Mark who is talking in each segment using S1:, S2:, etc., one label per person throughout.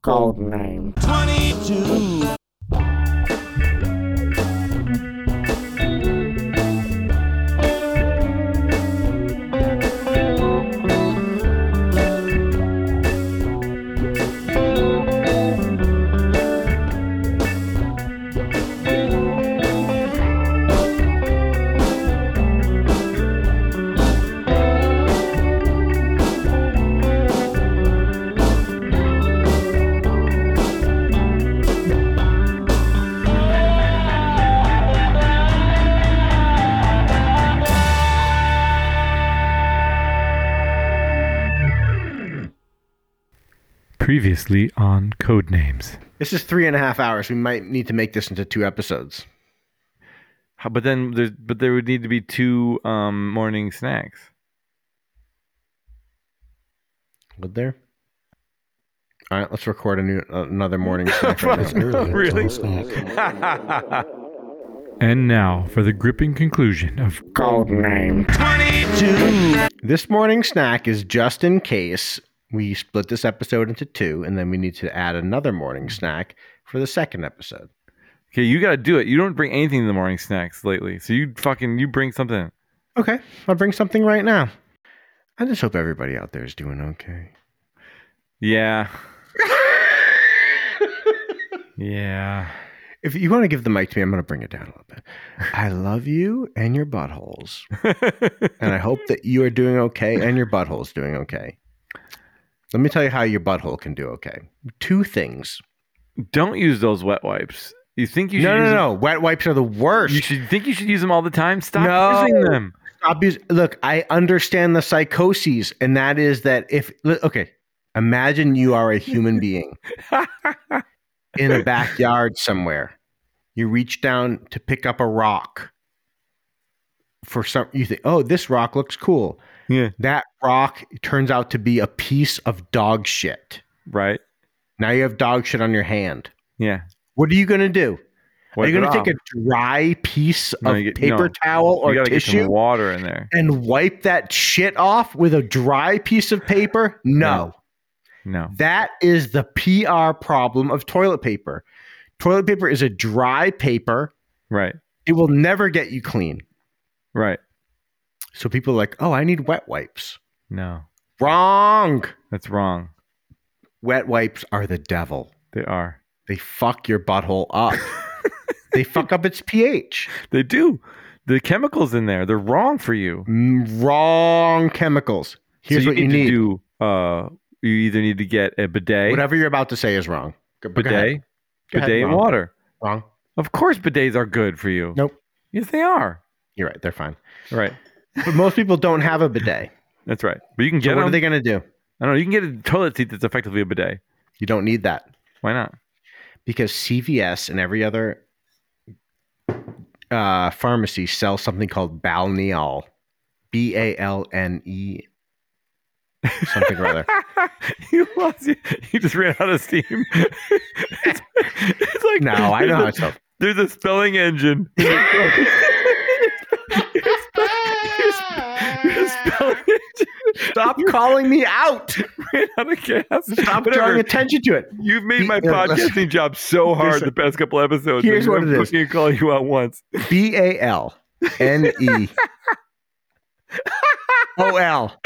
S1: Code name.
S2: 22.
S3: Previously on Codenames.
S4: This is three and a half hours. We might need to make this into two episodes.
S3: How- But then, there's, but there would need to be two um, morning snacks.
S4: Would there? All right, let's record a new another morning. snack right now.
S3: really? and now for the gripping conclusion of
S1: Code name.
S4: this morning snack is just in case we split this episode into two, and then we need to add another morning snack for the second episode.
S3: okay, you gotta do it. You don't bring anything to the morning snacks lately, so you fucking you bring something.
S4: Okay, I'll bring something right now. I just hope everybody out there is doing okay.
S3: Yeah. yeah.
S4: If you want to give the mic to me, I'm going to bring it down a little bit. I love you and your buttholes, and I hope that you are doing okay and your butthole's doing okay. Let me tell you how your butthole can do okay. Two things.
S3: don't use those wet wipes. You think you should
S4: no,
S3: use
S4: no,
S3: them-
S4: no. Wet wipes are the worst.
S3: You should think you should use them all the time. Stop
S4: No.
S3: using them.
S4: Stop us- Look, I understand the psychoses, and that is that if li- okay, imagine you are a human being in a backyard somewhere. You reach down to pick up a rock. For some, you think, oh, this rock looks cool.
S3: Yeah.
S4: That rock turns out to be a piece of dog shit.
S3: Right.
S4: Now you have dog shit on your hand.
S3: Yeah.
S4: What are you gonna do?
S3: Wipe
S4: are you
S3: it
S4: gonna
S3: off.
S4: take a dry piece
S3: No,
S4: of
S3: you get-
S4: paper
S3: no.
S4: towel
S3: you
S4: or
S3: gotta get
S4: tissue?
S3: some water in there.
S4: and wipe that shit off with a dry piece of paper? No.
S3: No.
S4: That is the PR problem of toilet paper. Toilet paper is a dry paper.
S3: Right.
S4: It will never get you clean.
S3: Right.
S4: So people are like, "Oh, I need wet wipes."
S3: No.
S4: Wrong.
S3: That's wrong.
S4: Wet wipes are the devil.
S3: They are.
S4: They fuck your butthole up. they fuck up its pH.
S3: They do. The chemicals in there, they're wrong for you.
S4: Mm, Wrong chemicals. Here's
S3: so you
S4: what you
S3: need
S4: need.
S3: to do. Uh, you either need to get a bidet,
S4: Whatever you're about to say is wrong. Go- go ahead.
S3: bidet,
S4: Go ahead,
S3: bidet and
S4: Ron.
S3: water.
S4: Wrong.
S3: Of course, bidets are good for you.
S4: Nope.
S3: Yes, they are.
S4: You're right. They're fine.
S3: Right.
S4: But most people don't have a bidet.
S3: That's right. But you can
S4: So
S3: get
S4: what are
S3: them.
S4: they going to do?
S3: I don't know. You can get a toilet seat that's effectively a bidet.
S4: You don't need that
S3: Why not?
S4: because CVS and every other uh, pharmacy sells something called Balneol, B A L N E, something or other.
S3: you lost it. You just ran out of steam. it's, it's like
S4: No, I know how
S3: there's
S4: it's
S3: a-
S4: spelled.
S3: There's a spelling engine. There's a- there's a spelling engine.
S4: Stop calling me out.
S3: Ran out of gas.
S4: Stop
S3: Whatever.
S4: drawing attention to it.
S3: You've made my
S4: Be- uh, let's-
S3: podcasting job so hard
S4: Here's-
S3: the past couple episodes.
S4: here's
S3: and
S4: what
S3: I'm
S4: it is.
S3: fucking calling you out once.
S4: B A L N E O L.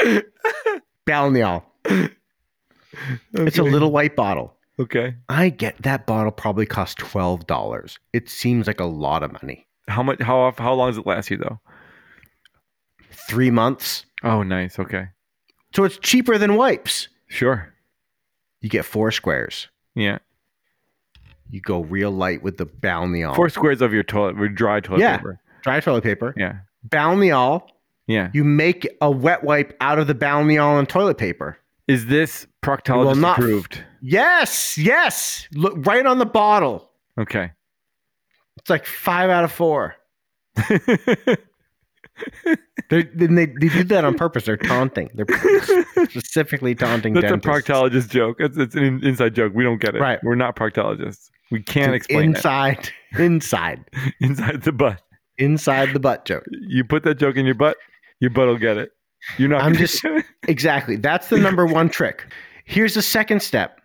S4: Balneol. It's a
S3: Okay.
S4: little white bottle.
S3: Okay.
S4: I get that bottle probably costs twelve dollars. It seems like a lot of money.
S3: How much? How off? How long does it last you though?
S4: Three months.
S3: Oh, nice. Okay.
S4: So it's cheaper than wipes.
S3: Sure.
S4: You get four squares.
S3: Yeah.
S4: You go real light with the Balneol.
S3: Four squares of your toilet, or dry toilet
S4: Oh. Yeah.
S3: paper.
S4: Dry toilet paper.
S3: Yeah.
S4: Balneol.
S3: Yeah.
S4: You make a wet wipe out of the Balneol and toilet paper.
S3: Is this
S4: will
S3: proctologist
S4: not-
S3: approved?
S4: Yes, yes. Look right on the bottle.
S3: Okay.
S4: It's like five out of four. They're, then they, they do that on purpose. They're taunting. They're specifically taunting
S3: That's a
S4: dentists.
S3: proctologist joke. It's, it's an in- inside joke. We don't get it.
S4: Right.
S3: We're not proctologists. We
S4: It's
S3: can't
S4: an
S3: explain
S4: inside, inside,
S3: it. Inside the butt.
S4: inside the butt joke.
S3: You put that joke in your butt, your butt will get it. You're not.
S4: I'm
S3: gonna
S4: just-
S3: get it.
S4: Exactly. That's the number one trick. Here's the second step.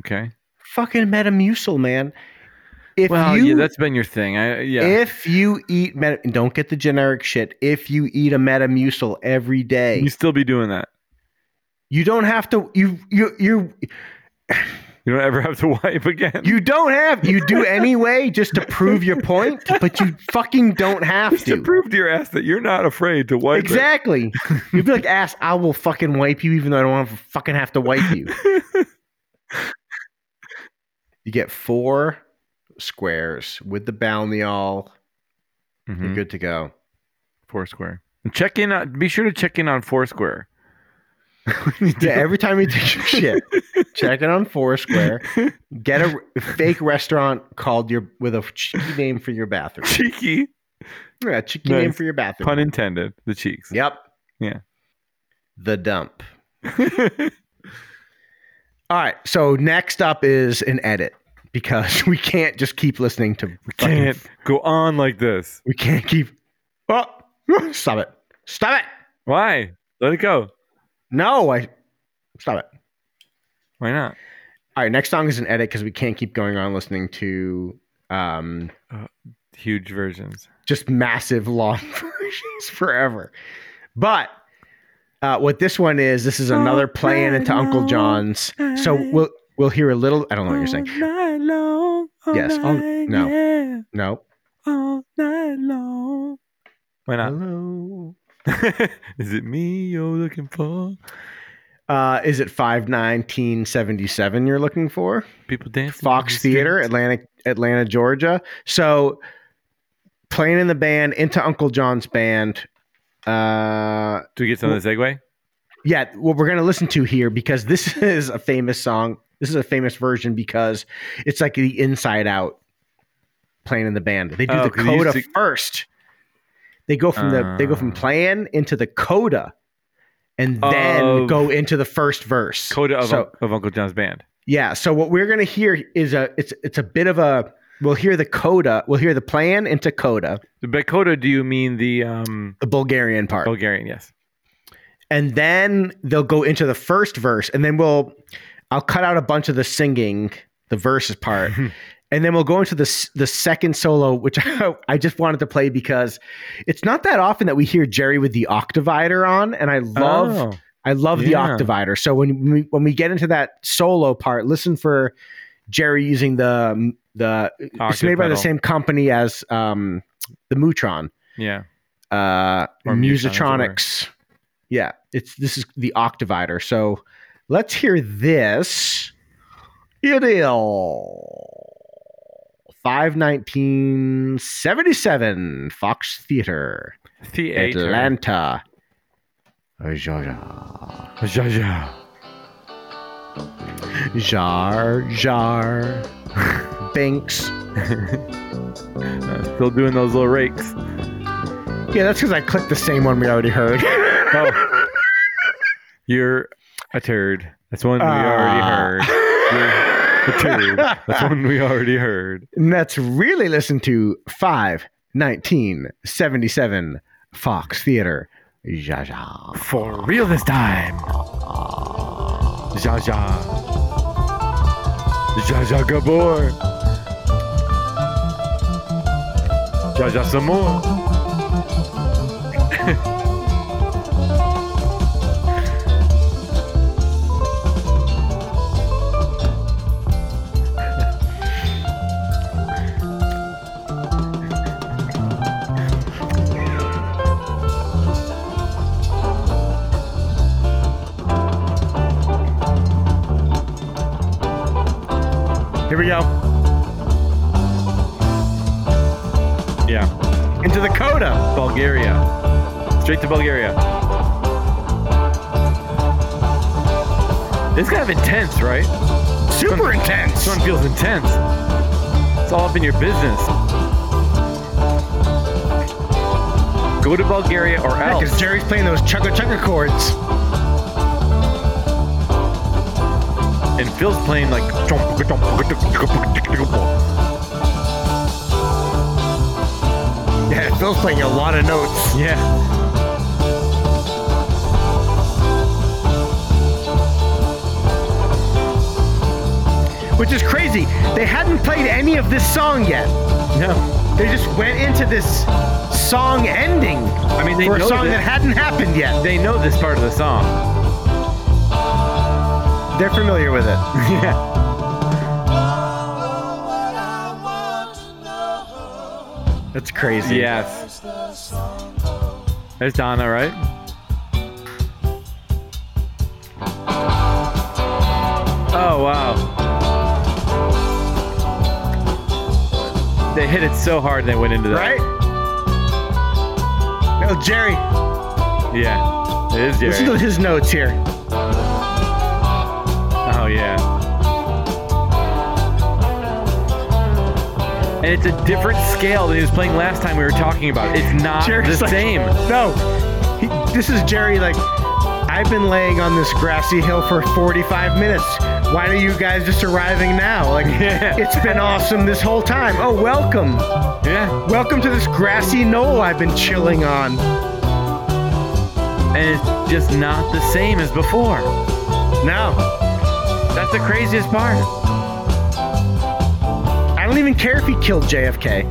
S3: okay.
S4: fucking Metamucil, man. If
S3: well,
S4: you
S3: yeah, that's been your thing. I yeah.
S4: if you eat meta, don't get the generic shit. If you eat a Metamucil every day,
S3: you still be doing that.
S4: you don't have to. You you you
S3: You don't ever have to wipe again.
S4: you don't have. You do anyway, just to prove your point. But you fucking don't have
S3: Just to
S4: to.
S3: prove to your ass that you're not afraid to wipe. it.
S4: Exactly. You'd be like, ass, I will fucking wipe you, even though I don't want to fucking have to wipe you. you get four squares with the Balneol. You're
S3: Mhm.
S4: good to go.
S3: Foursquare. And Check in. On, be sure to check in on Foursquare. When you do
S4: Yeah, every time you take your shit, check it on Foursquare. Get a r- fake restaurant called your with a cheeky name for your bathroom.
S3: cheeky,
S4: Yeah, cheeky
S3: Nice.
S4: name for your bathroom.
S3: pun intended. The cheeks.
S4: Yep.
S3: Yeah.
S4: The dump. All right. So next up is an edit because we can't just keep listening to. We
S3: Can't go on like this.
S4: We can't keep. Oh, stop it! Stop it!
S3: Why? Let it go.
S4: No, I. Stop it.
S3: Why not?
S4: All right. Next song is an edit because we can't keep going on listening to um,
S3: Huge versions.
S4: just massive long versions forever. But uh, what this one is, this is another playing into Uncle John's. So we'll we'll hear a little. I don't know what you're saying.
S3: night long.
S4: Yes, all- no.
S3: yeah,
S4: No.
S3: all night long. Why not?
S4: Hello.
S3: Is it me you're looking for?
S4: Uh, is it five nineteen seventy seven you're looking for?
S3: People dancing.
S4: Fox Theater, Atlanta, Atlanta, Georgia. So playing in the band into Uncle John's band. Uh,
S3: Do we get some of the segue?
S4: yeah, what we're gonna listen to here because this is a famous song. This is a famous version because it's like the Inside Out playing in the band. They do
S3: Oh,
S4: the
S3: 'cause you used
S4: coda
S3: to-
S4: first. They go from the they go from
S3: Ah.
S4: playing into the coda, and then
S3: Of-
S4: go into the first verse.
S3: Coda of,
S4: So-
S3: Unc- of Uncle John's band.
S4: Yeah. So what we're gonna hear is a it's it's a bit of a we'll hear the coda we'll hear the plan into coda
S3: By Coda, do you mean the um,
S4: the Bulgarian part
S3: Bulgarian? Yes.
S4: and then they'll go into the first verse and then we'll I'll cut out a bunch of the singing the verses part and then we'll go into the s- the second solo which I, just wanted to play because it's not that often that we hear Jerry with the octavider on and I love
S3: Oh.
S4: I love
S3: Yeah.
S4: the octavider. So when we, when we get into that solo part, listen for Jerry using the the
S3: Oh,
S4: it's made by the
S3: Octopedal.
S4: same company as um, the Mutron,
S3: Yeah.
S4: uh,
S3: Or Mutron,
S4: Musitronics. Yeah, it's this is the octavider. So let's hear this. It is five nineteen seventy seven Fox Theater,
S3: Theater.
S4: Atlanta, Georgia.
S3: Zha, zha.
S4: Jar Jar Binks.
S3: Uh, Still doing those little rakes.
S4: Yeah, that's because I clicked the same one we already heard.
S3: Oh. You're a turd. That's one we already
S4: Ah.
S3: heard. You're a turd. That's one we already heard.
S4: And that's really listen to 5 1977 Fox Theater. Jar Jar.
S3: For real this time. Zha Zha. Zha Zha Gabor. Zha Zha some more.
S4: Here we go.
S3: Yeah.
S4: Into the coda.
S3: Bulgaria. Straight to Bulgaria. It's kind of intense, right?
S4: Super intense.
S3: This one feels intense. It's all up in your business. Go to Bulgaria or else.
S4: Because Jerry's playing those chugga chugga chords.
S3: and Phil's playing like.
S4: Yeah, Phil's playing a lot of notes.
S3: Yeah.
S4: which is crazy. They hadn't played any of this song yet.
S3: No.
S4: They just went into this song ending
S3: I mean, they
S4: for a
S3: know
S4: song
S3: this,
S4: that hadn't happened yet.
S3: they know this part of the song.
S4: They're familiar with it.
S3: yeah.
S4: That's crazy.
S3: Yes. There's Donna, right? Oh wow. They hit it so hard they went into that.
S4: Right? No, Jerry,
S3: Yeah. It is
S4: listen
S3: Jerry.
S4: to his notes here.
S3: Oh yeah. And it's a different scale than he was playing last time we were talking about. It's not
S4: Jerry's
S3: the
S4: like,
S3: same.
S4: No, he, this is Jerry. Like, I've been laying on this grassy hill for 45 minutes. Why are you guys just arriving now? Like,
S3: Yeah.
S4: it's been awesome this whole time. Oh, welcome.
S3: Yeah.
S4: Welcome to this grassy knoll I've been chilling on.
S3: And it's just not the same as before.
S4: No,
S3: That's the craziest part.
S4: I don't even care if he killed JFK.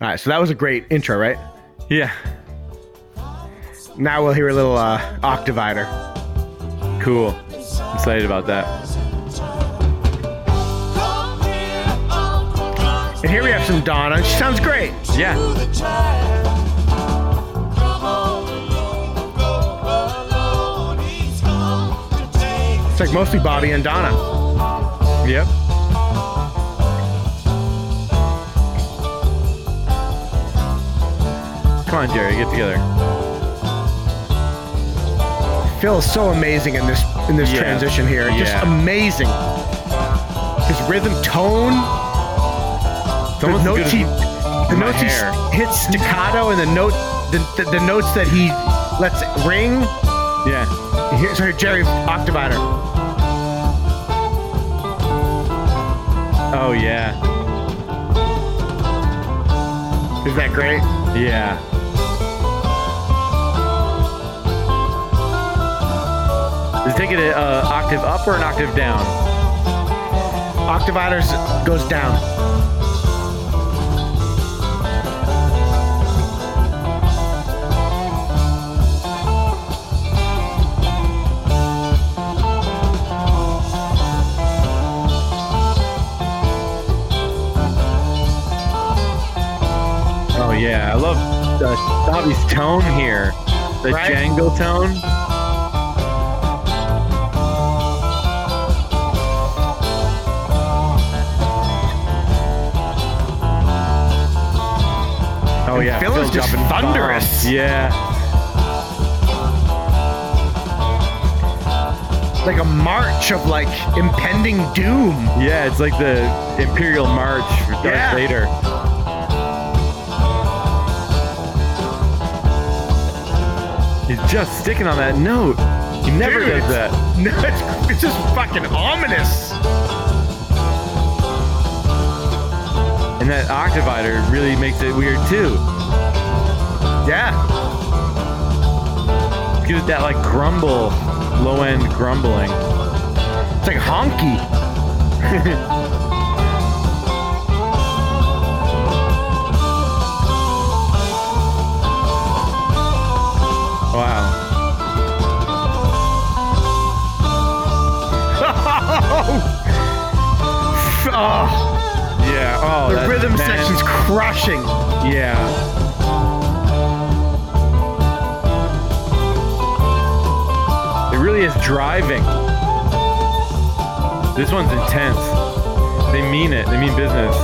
S4: All right, so that was a great intro, right?
S3: Yeah.
S4: Now we'll hear a little uh, Octavider.
S3: Cool. Excited about that.
S4: And here we have some Donna. She sounds great.
S3: Yeah.
S4: It's like mostly Bobby and Donna.
S3: Yep. Come on, Jerry, get together.
S4: Phil is so amazing in this in this
S3: Yeah.
S4: transition here. Just
S3: Yeah.
S4: amazing. His rhythm tone,
S3: It's
S4: the
S3: almost as
S4: notes
S3: good
S4: he,
S3: as-
S4: the
S3: my
S4: notes he
S3: hair.
S4: hits staccato, and the note the, the, the notes that he lets ring.
S3: yeah.
S4: Here's her Jerry Octavider.
S3: Oh yeah.
S4: Is that great?
S3: Yeah. Is it taking an uh, octave up or an octave down?
S4: Octavider's goes down.
S3: Oh yeah. I love uh, Bobby's tone here. The
S4: Right?
S3: jangle tone. Oh
S4: And
S3: yeah,
S4: Phil is
S3: Phil's
S4: just
S3: dropping
S4: thunderous.
S3: bombs. Yeah,
S4: Like a march of like impending doom.
S3: yeah, it's like the Imperial March for Darth
S4: Yeah.
S3: Vader. He's just sticking on that note. He never
S4: Dude,
S3: does
S4: it's-
S3: that.
S4: No, it's, it's just fucking ominous.
S3: And that octavider really makes it weird too.
S4: Yeah.
S3: Gives it that like grumble, low end grumbling.
S4: It's like honky.
S3: Wow.
S4: Oh,
S3: Oh, Yeah. Oh,
S4: the
S3: that-
S4: rhythm
S3: man.
S4: section's crushing.
S3: Yeah. It really is driving. This one's intense. They mean it. They mean business.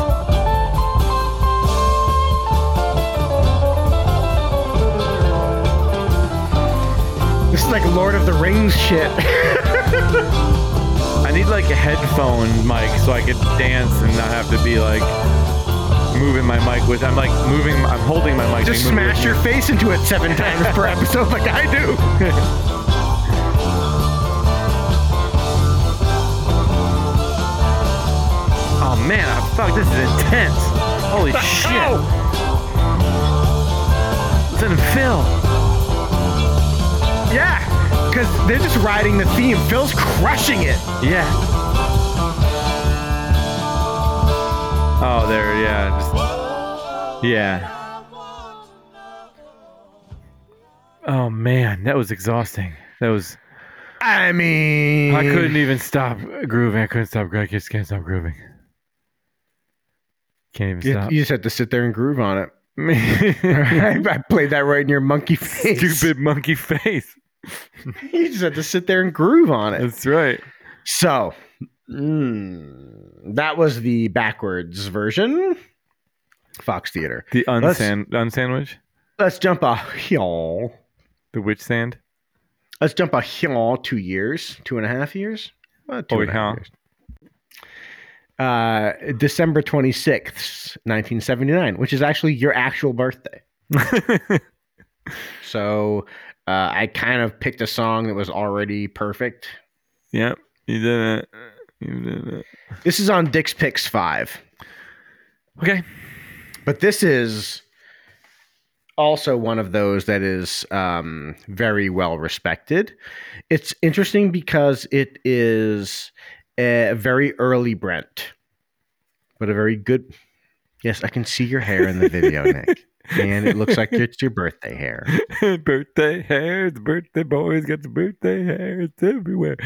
S4: This is like Lord of the Rings shit.
S3: I need like a headphone mic so I could dance and not have to be like moving my mic with. I'm like moving. I'm holding my mic.
S4: just
S3: and moving it
S4: smash
S3: with
S4: your
S3: me.
S4: face into it seven times per episode like I do.
S3: Oh man, I- fuck, this is intense. Holy shit.
S4: Oh. Phil. Yeah, because they're just riding the theme. Phil's crushing it.
S3: Yeah. Oh, there. Yeah. Just, yeah. Oh man, that was exhausting. That was.
S4: I mean,
S3: I couldn't even stop grooving. I couldn't stop. I just can't stop grooving. Can't even
S4: You,
S3: stop.
S4: you just have to sit there and groove on it. I played that right in your monkey face.
S3: Stupid monkey face.
S4: You just have to sit there and groove on it.
S3: That's right.
S4: So, mm, that was the backwards version. Fox Theater.
S3: The
S4: Let's-
S3: unsand unsandwich.
S4: Let's jump a hill.
S3: The witch sand.
S4: Let's jump a hill two years, two and a half years. Well, two
S3: Oh,
S4: and a half
S3: yeah.
S4: years. Uh, December 26th, 1979, which is actually your actual birthday. So uh, I kind of picked a song that was already perfect.
S3: yep. You did it. You did it.
S4: This is on Dick's Picks 5.
S3: Okay.
S4: But this is also one of those that is um, very well respected. It's interesting because it is a very early Brent, but a very good. Yes, I can see your hair in the video, Nick. And it looks like it's your birthday hair.
S3: birthday hair. The birthday boys got the birthday hair. It's everywhere.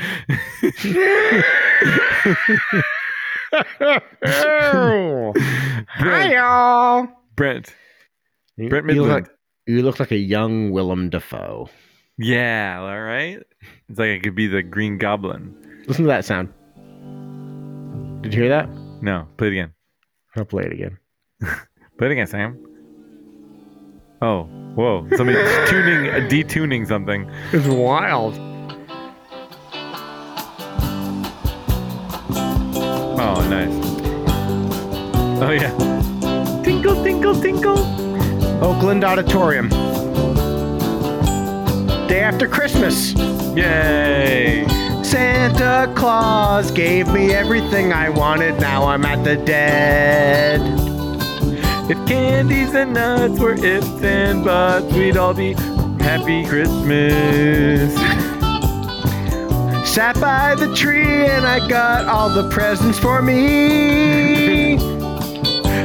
S4: Hi,
S3: Brent.
S4: y'all.
S3: Brent.
S4: You-
S3: Brent
S4: you look,
S3: Midland.
S4: like, you look like a young Willem Dafoe.
S3: Yeah. All right. It's like I could be the Green Goblin.
S4: Listen to that sound. Did you hear that?
S3: No. Play it again.
S4: I'll play it again.
S3: Play it again, Sam. Oh. Whoa. Somebody's tuning, detuning something.
S4: It's wild.
S3: Oh, nice. Oh yeah. Tinkle, tinkle, tinkle.
S4: Oakland Auditorium. Day after Christmas.
S3: Yay.
S4: Santa Claus gave me everything I wanted. Now I'm at the dead.
S3: If candies and nuts were ifs and buts, we'd all be happy Christmas.
S4: Sat by the tree and I got all the presents for me.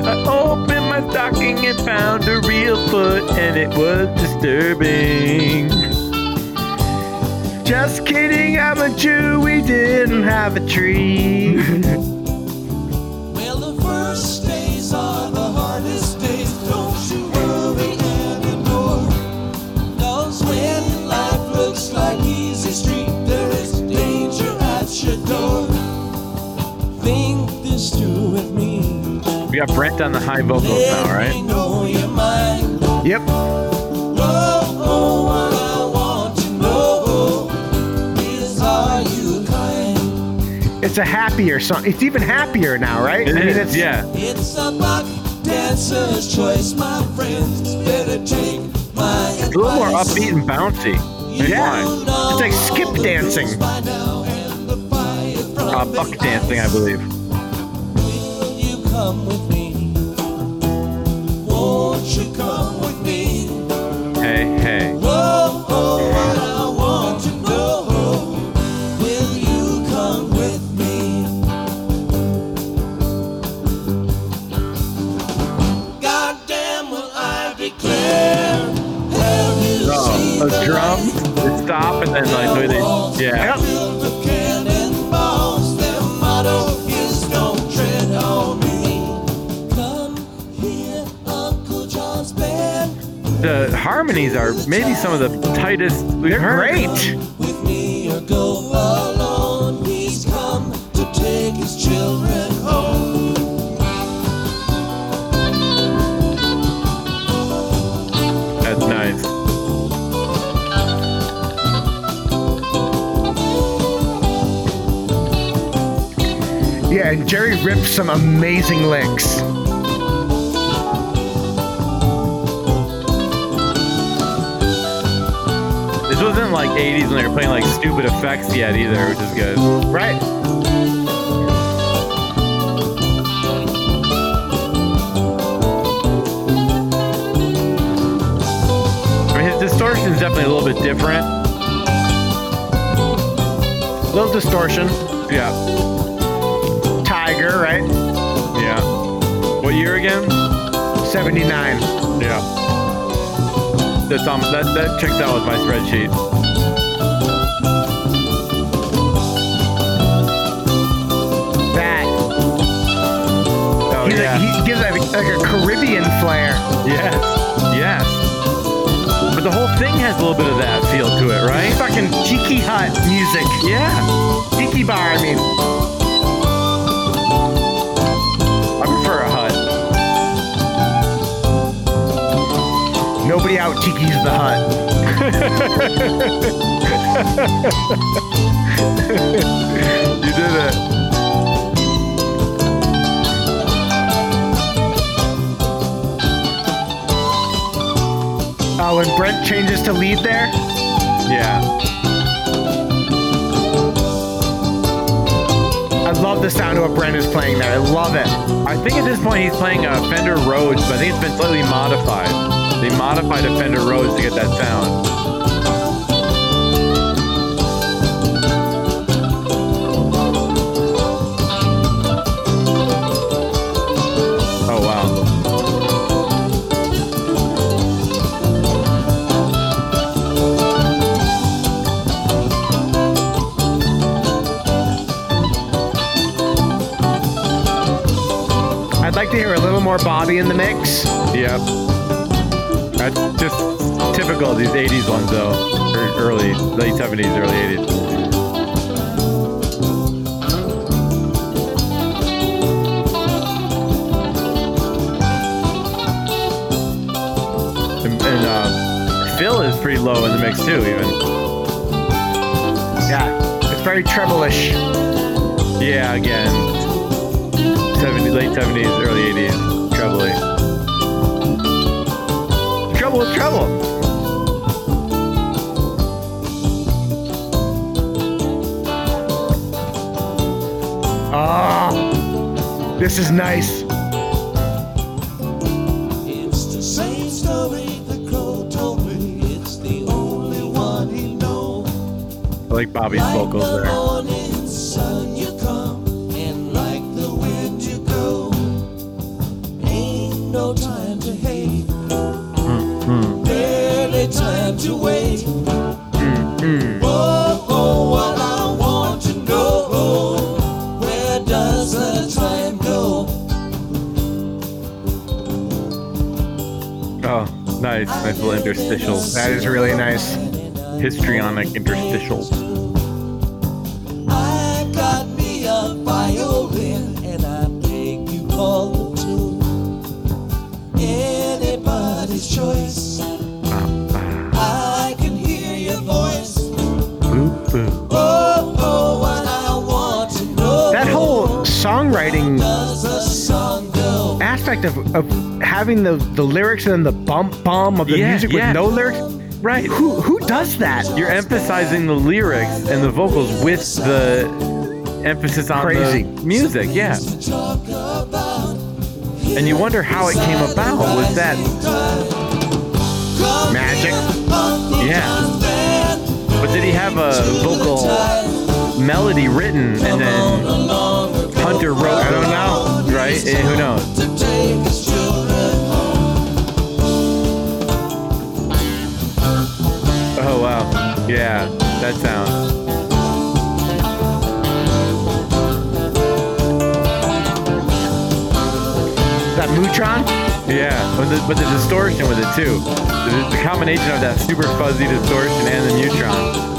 S3: I opened my stocking and found a real foot, and it was disturbing.
S4: Just kidding, I'm a Jew. We didn't have a tree.
S2: Well, the first days are the hardest days. Don't you worry anymore. 'Cause when life looks like easy street, there is danger at your door. Think this through with me.
S3: We got Brent on the high vocals
S2: Let
S3: now,
S2: me
S3: right?
S2: know your mind.
S4: Yep.
S2: Oh, oh, what I want to know is are you kind?
S4: It's a happier song. It's even happier now, right?
S3: It is,
S4: it's,
S3: yeah.
S2: It's a buck dancer's choice, my friends. Better take my
S3: A little more
S2: advice.
S3: upbeat and bouncy. That's
S4: Yeah.
S3: fine.
S4: It's like skip dancing.
S3: Uh, buck dancing, I believe.
S2: Will you come with me? Won't you come with me?
S3: Hey, hey.
S2: Whoa, oh, what I want to know. Will you come with me? Goddamn, will I declare? Have you seen
S3: A
S2: the
S3: drum,
S2: light?
S3: the stop, and then like the way they, yeah.
S2: Filled with cannonballs, their motto is "Don't tread on me." Come hear Uncle John's band
S3: The harmonies are maybe some of the tightest we've
S4: They're
S3: heard.
S4: great.
S2: with me or go alone. He's come to take his children home.
S3: That's nice.
S4: Yeah, and Jerry ripped some amazing licks.
S3: This wasn't like 80s when they were playing like stupid effects yet either, which is good.
S4: Right.
S3: I distortion's definitely a little bit different.
S4: Little distortion.
S3: Yeah,
S4: Tiger, right?
S3: yeah. What year again?
S4: 79.
S3: Yeah. That's on that that checks out with my spreadsheet.
S4: That.
S3: Oh
S4: He's
S3: yeah.
S4: like, he gives like, like a Caribbean flair.
S3: yes. Yes. But the whole thing has a little bit of that feel to it, right?
S4: Fucking tiki hut music.
S3: Yeah.
S4: Tiki bar, I mean.
S3: I prefer a hut.
S4: Nobody out tiki's the hut.
S3: You did it.
S4: Oh, when Brent changes to lead there,
S3: Yeah.
S4: I love the sound of what Brent is playing there. I love it.
S3: I think at this point he's playing a Fender Rhodes, but I think it's been slightly modified. They modified a Fender Rhodes to get that sound. Oh wow.
S4: I'd like to hear a little more Bobby in the mix.
S3: Yep. That's just typical of these 80s ones though. Or early, late 70s, early 80s. And, and uh, Phil is pretty low in the mix too, even.
S4: Yeah. It's very treble-ish.
S3: Yeah, again. 70, late 70s, early 80s. Trebly.
S4: Trouble with trouble. Oh, this is nice.
S2: It's the same story the crow told me. It's the only one he knows.
S3: I like Bobby's vocals
S2: the
S3: there.
S2: morning sun you come, and like the wind you go. Ain't no time to hate. Hmm, Barely time to wait. Hmm, Oh, oh, what I want to know. Where does the time go?
S3: Oh, nice. Nice little interstitials.
S4: That is really nice.
S3: histrionic interstitials.
S2: I got me a violin and I beg you all to anybody's choice. I can hear your voice. Oh, oh, what I want to know.
S4: That whole songwriting
S2: does a song go?
S4: aspect of, of having the, the lyrics and then the bump bomb of the
S3: Yeah,
S4: music
S3: yeah.
S4: with no lyrics.
S3: Right.
S4: Who who does that?
S3: You're emphasizing the lyrics and the vocals with the emphasis on
S4: Crazy.
S3: the music. Yeah.
S2: To talk about.
S3: And you wonder how it came about. Was that
S4: Magic.
S3: yeah? But did he have a vocal melody written and then Hunter wrote? I don't know. Right? Eh, who knows?
S2: To take his children
S3: Oh wow. Yeah. That sound.
S4: That Mutron?
S3: Yeah. But the, but the distortion with it too. The, the combination of that super fuzzy distortion and the neutron.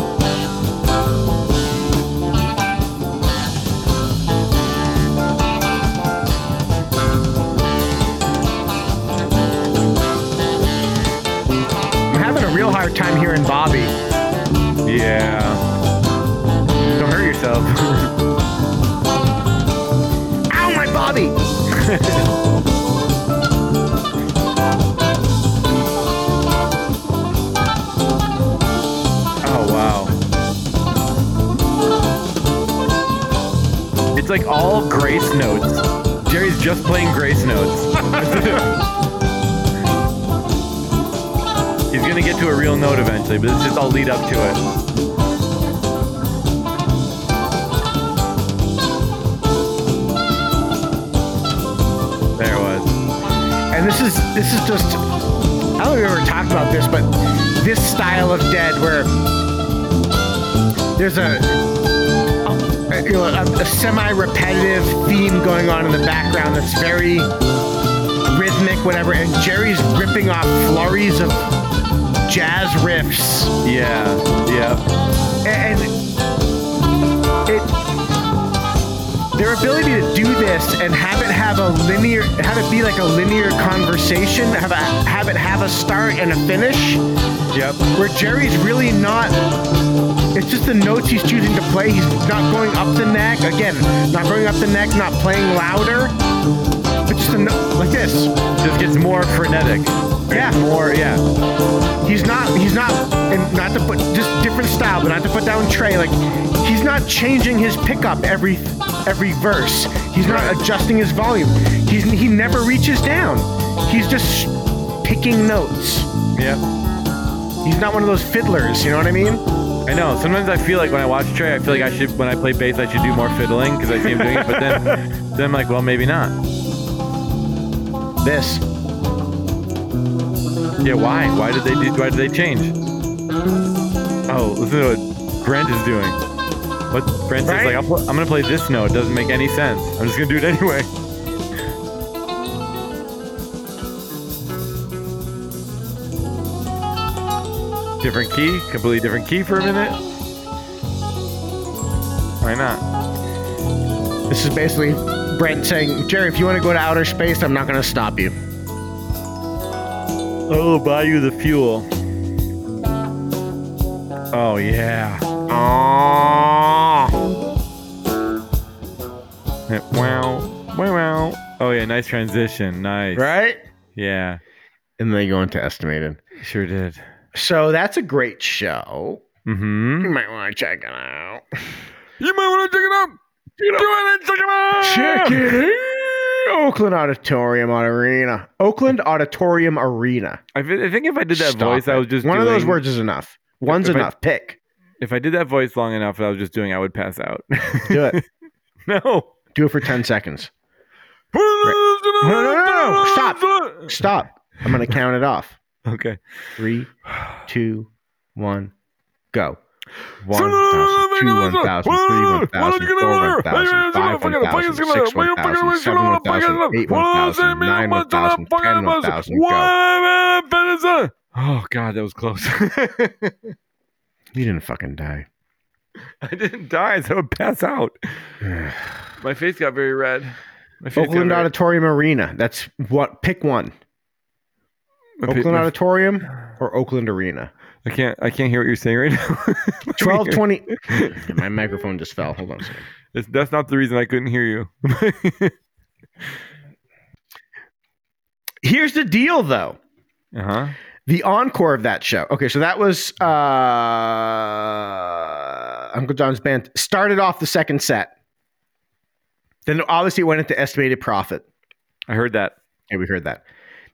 S4: I'm having a real hard time hearing Bobby.
S3: Yeah. Don't hurt yourself.
S4: Ow, my Bobby!
S3: oh wow. It's like all grace notes. Jerry's just playing grace notes. He's gonna get to a real note eventually, but it's just all lead up to it. There it was.
S4: And this is this is just I don't know if we ever talked about this, but this style of dead where there's a a- you know, a, a semi-repetitive theme going on in the background that's very rhythmic, whatever, and Jerry's ripping off flurries of jazz riffs.
S3: Yeah, yeah.
S4: and it their ability to do this and have it have a linear have it be like a linear conversation have a have it have a start and a finish
S3: Yep.
S4: where jerry's really not it's just the notes he's choosing to play he's not going up the neck again not going up the neck not playing louder but just a no- like this
S3: Just gets more frenetic.
S4: Yeah.
S3: More, yeah.
S4: He's not. He's not. And not to put just different style, but not to put down Trey. Like he's not changing his pickup every every verse. He's not adjusting his volume. He's he never reaches down. He's just picking notes.
S3: Yep.
S4: He's not one of those fiddlers. You know what I mean?
S3: I know. Sometimes I feel like when I watch Trey, I feel like I should, when I play bass, I should do more fiddling because I see him doing it. But then, then I'm like, well, maybe not.
S4: This.
S3: Yeah, why? Why did they do? Why did they change? Oh, listen to what Brent is doing. What Brent is
S4: Right?
S3: like? I'll pl- I'm gonna play this note. It doesn't make any sense. I'm just gonna do it anyway. Different key, completely different key for a minute. Why not?
S4: This is basically Brent saying, Jerry, if you want to go to outer space, I'm not going to stop you.
S3: Oh, buy you the fuel. Oh yeah.
S4: Oh.
S3: Yeah, Wow. Wow. Wow. Oh yeah, nice transition. Nice.
S4: Right.
S3: Yeah.
S4: And they go into estimated.
S3: Sure did.
S4: So that's a great show.
S3: Mm-hmm.
S4: You might want to check it out.
S3: You might want to check it out. You want to check it out.
S4: Check it out. Oakland Auditorium Arena. Oakland Auditorium Arena.
S3: I, fe- I think if I did that
S4: Stop
S3: voice, I
S4: it.
S3: was just
S4: one of those
S3: doing-
S4: words is enough. One's
S3: If I-
S4: enough. Pick.
S3: If I did that voice long enough, that I was just doing, I would pass out.
S4: Do it.
S3: no.
S4: Do it for ten seconds.
S3: No,
S4: no, no, no. Stop. Stop. I'm gonna count it off.
S3: Okay.
S4: Three, two, one, go.
S3: One
S4: One thousand, two, one thousand, three, one thousand, four, one thousand, five, one thousand, six, one thousand, seven, one thousand, eight, one thousand, nine, one thousand, ten, one thousand, go.
S3: Oh God, that was close.
S4: You didn't fucking die.
S3: I didn't die, so I would pass out. My face got very red. My face got
S4: Oakland
S3: very-
S4: Auditorium Arena. That's what. Pick one.
S3: my fa-
S4: Oakland
S3: my-
S4: Auditorium or Oakland Arena?
S3: I can't. I can't hear what you're saying right now. Let me
S4: Twelve
S3: hear.
S4: twenty. My microphone just fell. Hold on a second.
S3: That's- That's not the reason I couldn't hear you.
S4: Here's the deal, though.
S3: uh huh.
S4: The encore of that show. Okay, so that was uh, Uncle John's band started off the second set. Then obviously it went into estimated profit.
S3: I heard that.
S4: Yeah, we heard that.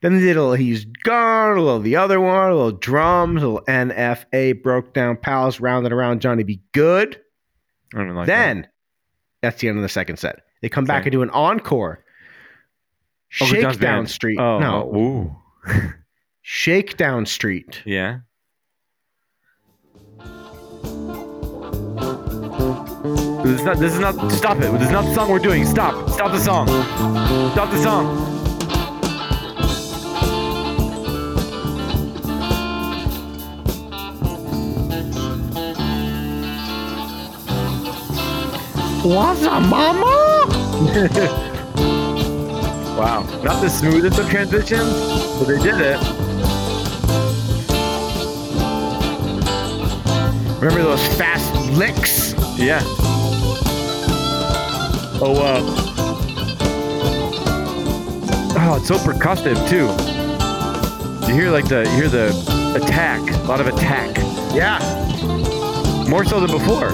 S4: Then they did a little he's gone, a little the other one, a little drums, a little NFA broke down palace, rounded around Johnny be good.
S3: I don't like
S4: Then that's the end of the second set. They come back
S3: Okay.
S4: and do an encore.
S3: that. Uncle Oh, John's
S4: Shakedown
S3: band.
S4: Street.
S3: Oh
S4: no.
S3: oh, ooh.
S4: Shakedown Street.
S3: Yeah. This is not. This is not. Stop it. This is not the song we're doing. Stop. Stop the song. Stop the song.
S4: What's up, mama?
S3: Wow. Not the smoothest of transitions, but they did it.
S4: Remember those fast licks?
S3: Yeah. Oh, uh. Oh, it's so percussive too. You hear like the you hear the attack, a lot of attack,
S4: Yeah.
S3: more so than before.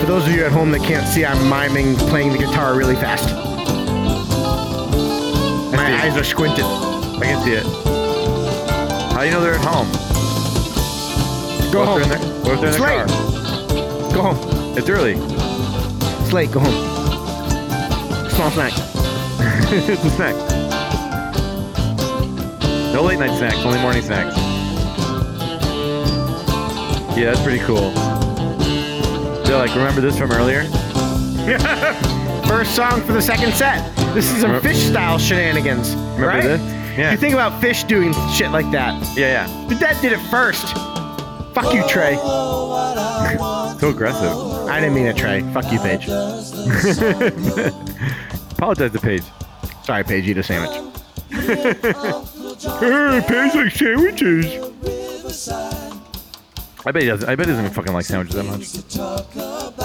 S4: For those of you at home that can't see, I'm miming playing the guitar really fast. My eyes are squinted.
S3: I can see it. How do you know they're at home?
S4: Go
S3: What
S4: home.
S3: if they're in their, what if they're in
S4: It's
S3: their
S4: late.
S3: car?
S4: Go home.
S3: It's early.
S4: It's late. Go home. Small snack.
S3: it's a snack. No late night snacks, only morning snacks. Yeah, that's pretty cool. They're like, remember this from earlier?
S4: First song for the second set. This is some
S3: Remember-
S4: fish style shenanigans.
S3: Remember
S4: right?
S3: this? Yeah.
S4: You think about fish doing shit like that.
S3: Yeah, yeah.
S4: But that did it first. Fuck you, Trey.
S3: So aggressive.
S4: I didn't mean it, Trey. Fuck you, Paige.
S3: Apologize to Paige.
S4: Sorry, Paige, eat a sandwich.
S3: Hey, Paige like sandwiches. I bet he doesn't. I bet he doesn't even fucking like sandwiches that much.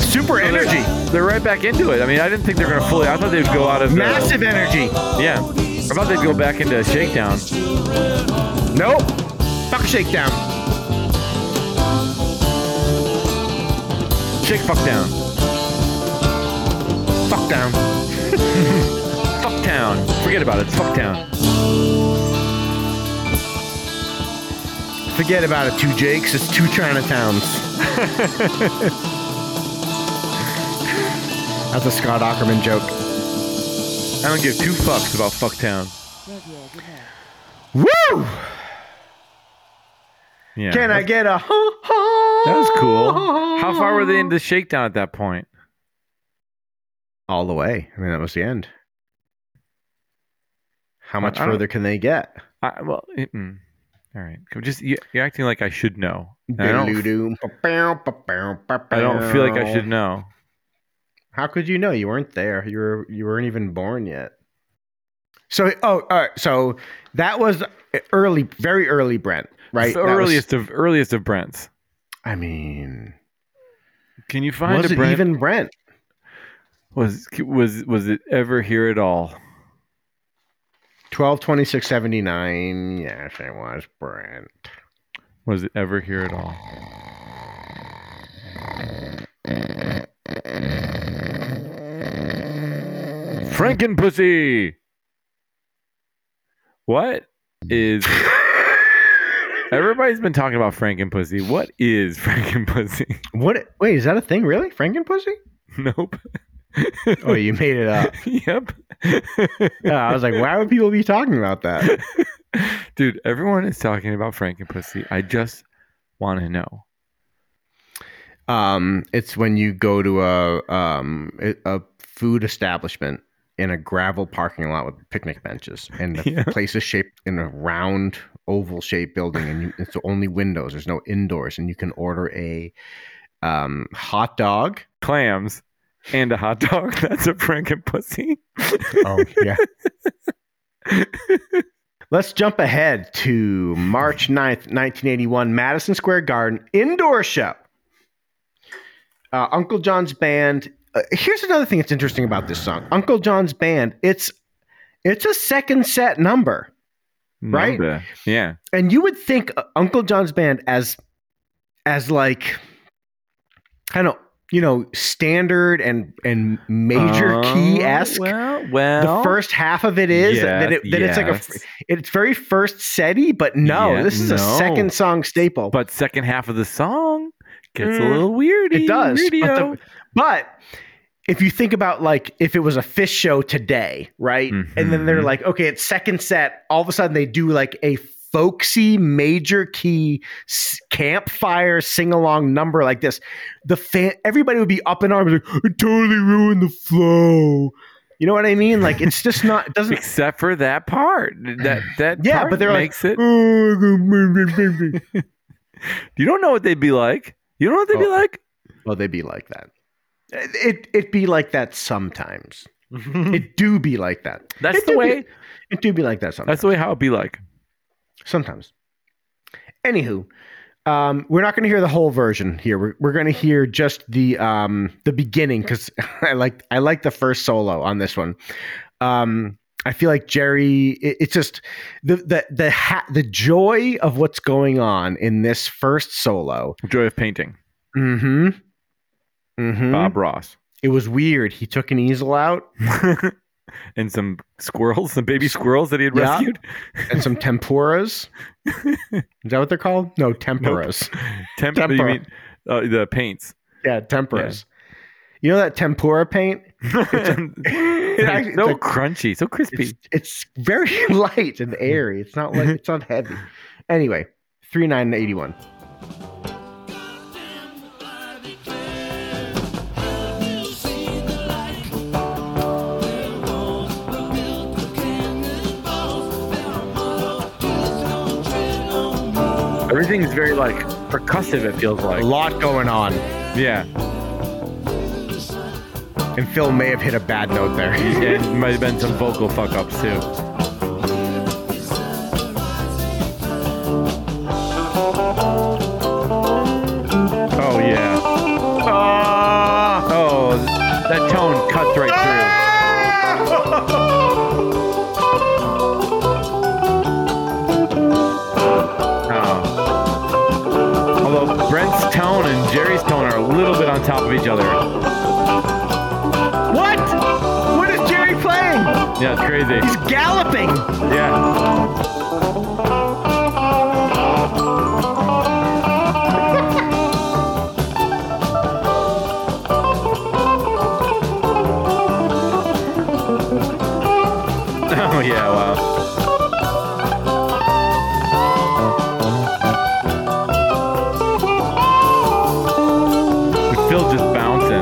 S4: Super energy.
S3: They're right back into it. I mean, I didn't think they were gonna fully. I thought they'd go out of the-
S4: Massive energy.
S3: Yeah. I thought they'd go back into shakedown.
S4: Nope. Fuck shakedown.
S3: Shake fuck down.
S4: Fuck down.
S3: Fuck town. Forget about it. It's fuck town.
S4: Forget about it, two Jakes. It's two Chinatowns. That's a Scott Ackerman joke.
S3: I don't give two fucks about fuck town.
S4: Woo!
S3: Yeah.
S4: Can I
S3: that's-
S4: get a huh? huh?
S3: That was cool. How far were they into shakedown at that point?
S4: All the way. I mean, that was the end. How much
S3: I don't-
S4: further can they get?
S3: I, well, it, mm. all right. Come- Just you, you're acting like I should know. And I don't.
S4: Doo-doo-doo.
S3: I don't feel like I should know.
S4: How could you know? You weren't there. You were you weren't even born yet. So oh all right. So that was early, very early Brent, right?
S3: The
S4: That was-
S3: earliest of earliest of Brents.
S4: I mean,
S3: Can you find
S4: was
S3: a
S4: it
S3: Brent?
S4: even Brent?
S3: was was was it ever here at all?
S4: 12, 26, 79. Yes, it was Brent.
S3: Was it ever here at all? Frankenpussy. What is? Everybody's been talking about Frankenpussy. What is Frankenpussy?
S4: What? Wait, is that a thing? Really? Frankenpussy?
S3: nope.
S4: Oh, you made it up.
S3: yep.
S4: Yeah, I was like, why would people be talking about that?
S3: Dude, everyone is talking about Frankenpussy. I just want to know.
S4: Um, it's when you go to a um a a food establishment in a gravel parking lot with picnic benches, and the
S3: Yeah.
S4: place is shaped in a round oval shaped building, and you, it's only windows. There's no indoors, and you can order a um hot dog.
S3: Clams and a hot dog. That's a Frankenpussy.
S4: Oh yeah. Let's jump ahead to March 9th, 1981, Madison Square Garden indoor show. Uh, Uncle John's band. Uh, here's another thing that's interesting about this song. Uncle John's band. It's it's a second set number. Right?
S3: Number. Yeah.
S4: And you would think uh, Uncle John's band as as like kind of, you know, standard and and major key esque.
S3: Oh, Well,
S4: the
S3: well.
S4: first half of it is that, it, that it's like a
S3: yes.
S4: it's very first setty, but no,
S3: Yeah,
S4: this is a
S3: no.
S4: second song staple.
S3: But second half of the song gets a
S4: Mm,
S3: little weird.
S4: it does. But, the- but if you think about like if it was a fish show today, right? And then they're
S3: Mhm.
S4: like, okay, it's second set. All of a sudden, they do like a folksy major key s- campfire sing along number like this. The fan, everybody would be up in arms, like it totally ruined the flow. You know what I mean? Like it's just not. It doesn't
S3: Except for that part. That that
S4: Yeah,
S3: part
S4: but they're like,
S3: makes it. You don't know what they'd be like. You don't know what they'd
S4: Oh.
S3: be like.
S4: Well, they be like that. It it be like that sometimes. it do be like that.
S3: That's
S4: It
S3: the
S4: Oh. do
S3: way-
S4: Be, it do be like that sometimes.
S3: That's the way how it'd be like.
S4: sometimes. Anywho, um, we're not going to hear the whole version here. We're, we're going to hear just the um, the beginning because I like I like the first solo on this one. Um, I feel like Jerry. It, it's just the the the ha- the joy of what's going on in this first solo.
S3: Joy of Painting,
S4: Mm-hmm. Mm-hmm.
S3: Bob Ross,
S4: It was weird. He took an easel out
S3: and some squirrels, some baby squirrels that he had
S4: Yeah.
S3: rescued.
S4: and some temporas. Is that what they're called? No, temporas.
S3: Temp-
S4: Tempera.
S3: You mean, uh, the paints.
S4: Yeah, temporas. You know that tempura paint?
S3: It's so
S4: It's a-
S3: crunchy, so
S4: It's,
S3: crispy.
S4: it's very light and airy. It's not like it's not heavy. Anyway, three nine eighty one.
S3: Everything's very like percussive. It feels
S4: A
S3: like.
S4: lot going on,
S3: Yeah,
S4: and Phil may have hit a bad note there.
S3: and might have been some vocal fuck ups too. Oh yeah. Oh, that tone cuts right through. Oh. Although Brent's tone and Jerry's tone are a little bit on top of each other.
S4: What? What is Jerry playing?
S3: Yeah, it's crazy.
S4: He's galloping.
S3: Yeah. Oh yeah, wow. With Phil just bouncing.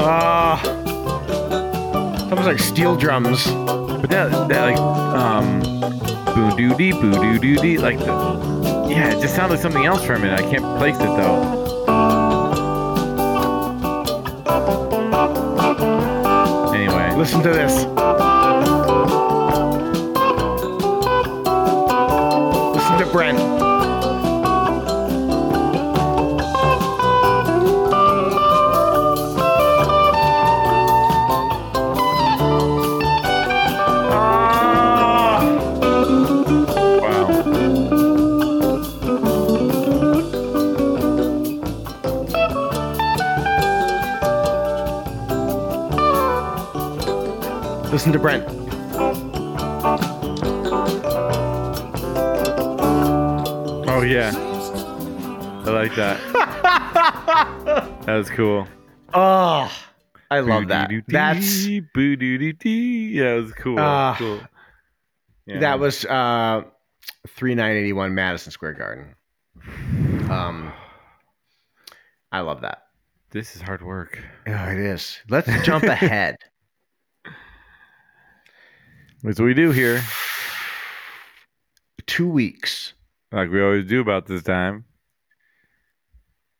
S4: Ah. Sounds like steel drums.
S3: But that, that like, um, boo doo dee, boo doo doo dee, like, the, yeah, it just sounds like something else for a minute. I can't place it though. Anyway,
S4: Listen to this. Listen to Brent.
S3: wow.
S4: Listen to Brent.
S3: Oh yeah, I like that. that was cool.
S4: Oh, I love that.
S3: Boo-doo-doo-dee,
S4: That's
S3: boo-doo-doo-dee. yeah, it was cool.
S4: Ah,
S3: cool. Yeah.
S4: that was uh, three nine eighty one Madison Square Garden. Um, I love that.
S3: This is hard work.
S4: Oh, it is. Let's jump ahead.
S3: That's what we do here,
S4: Two weeks.
S3: like we always do about this time.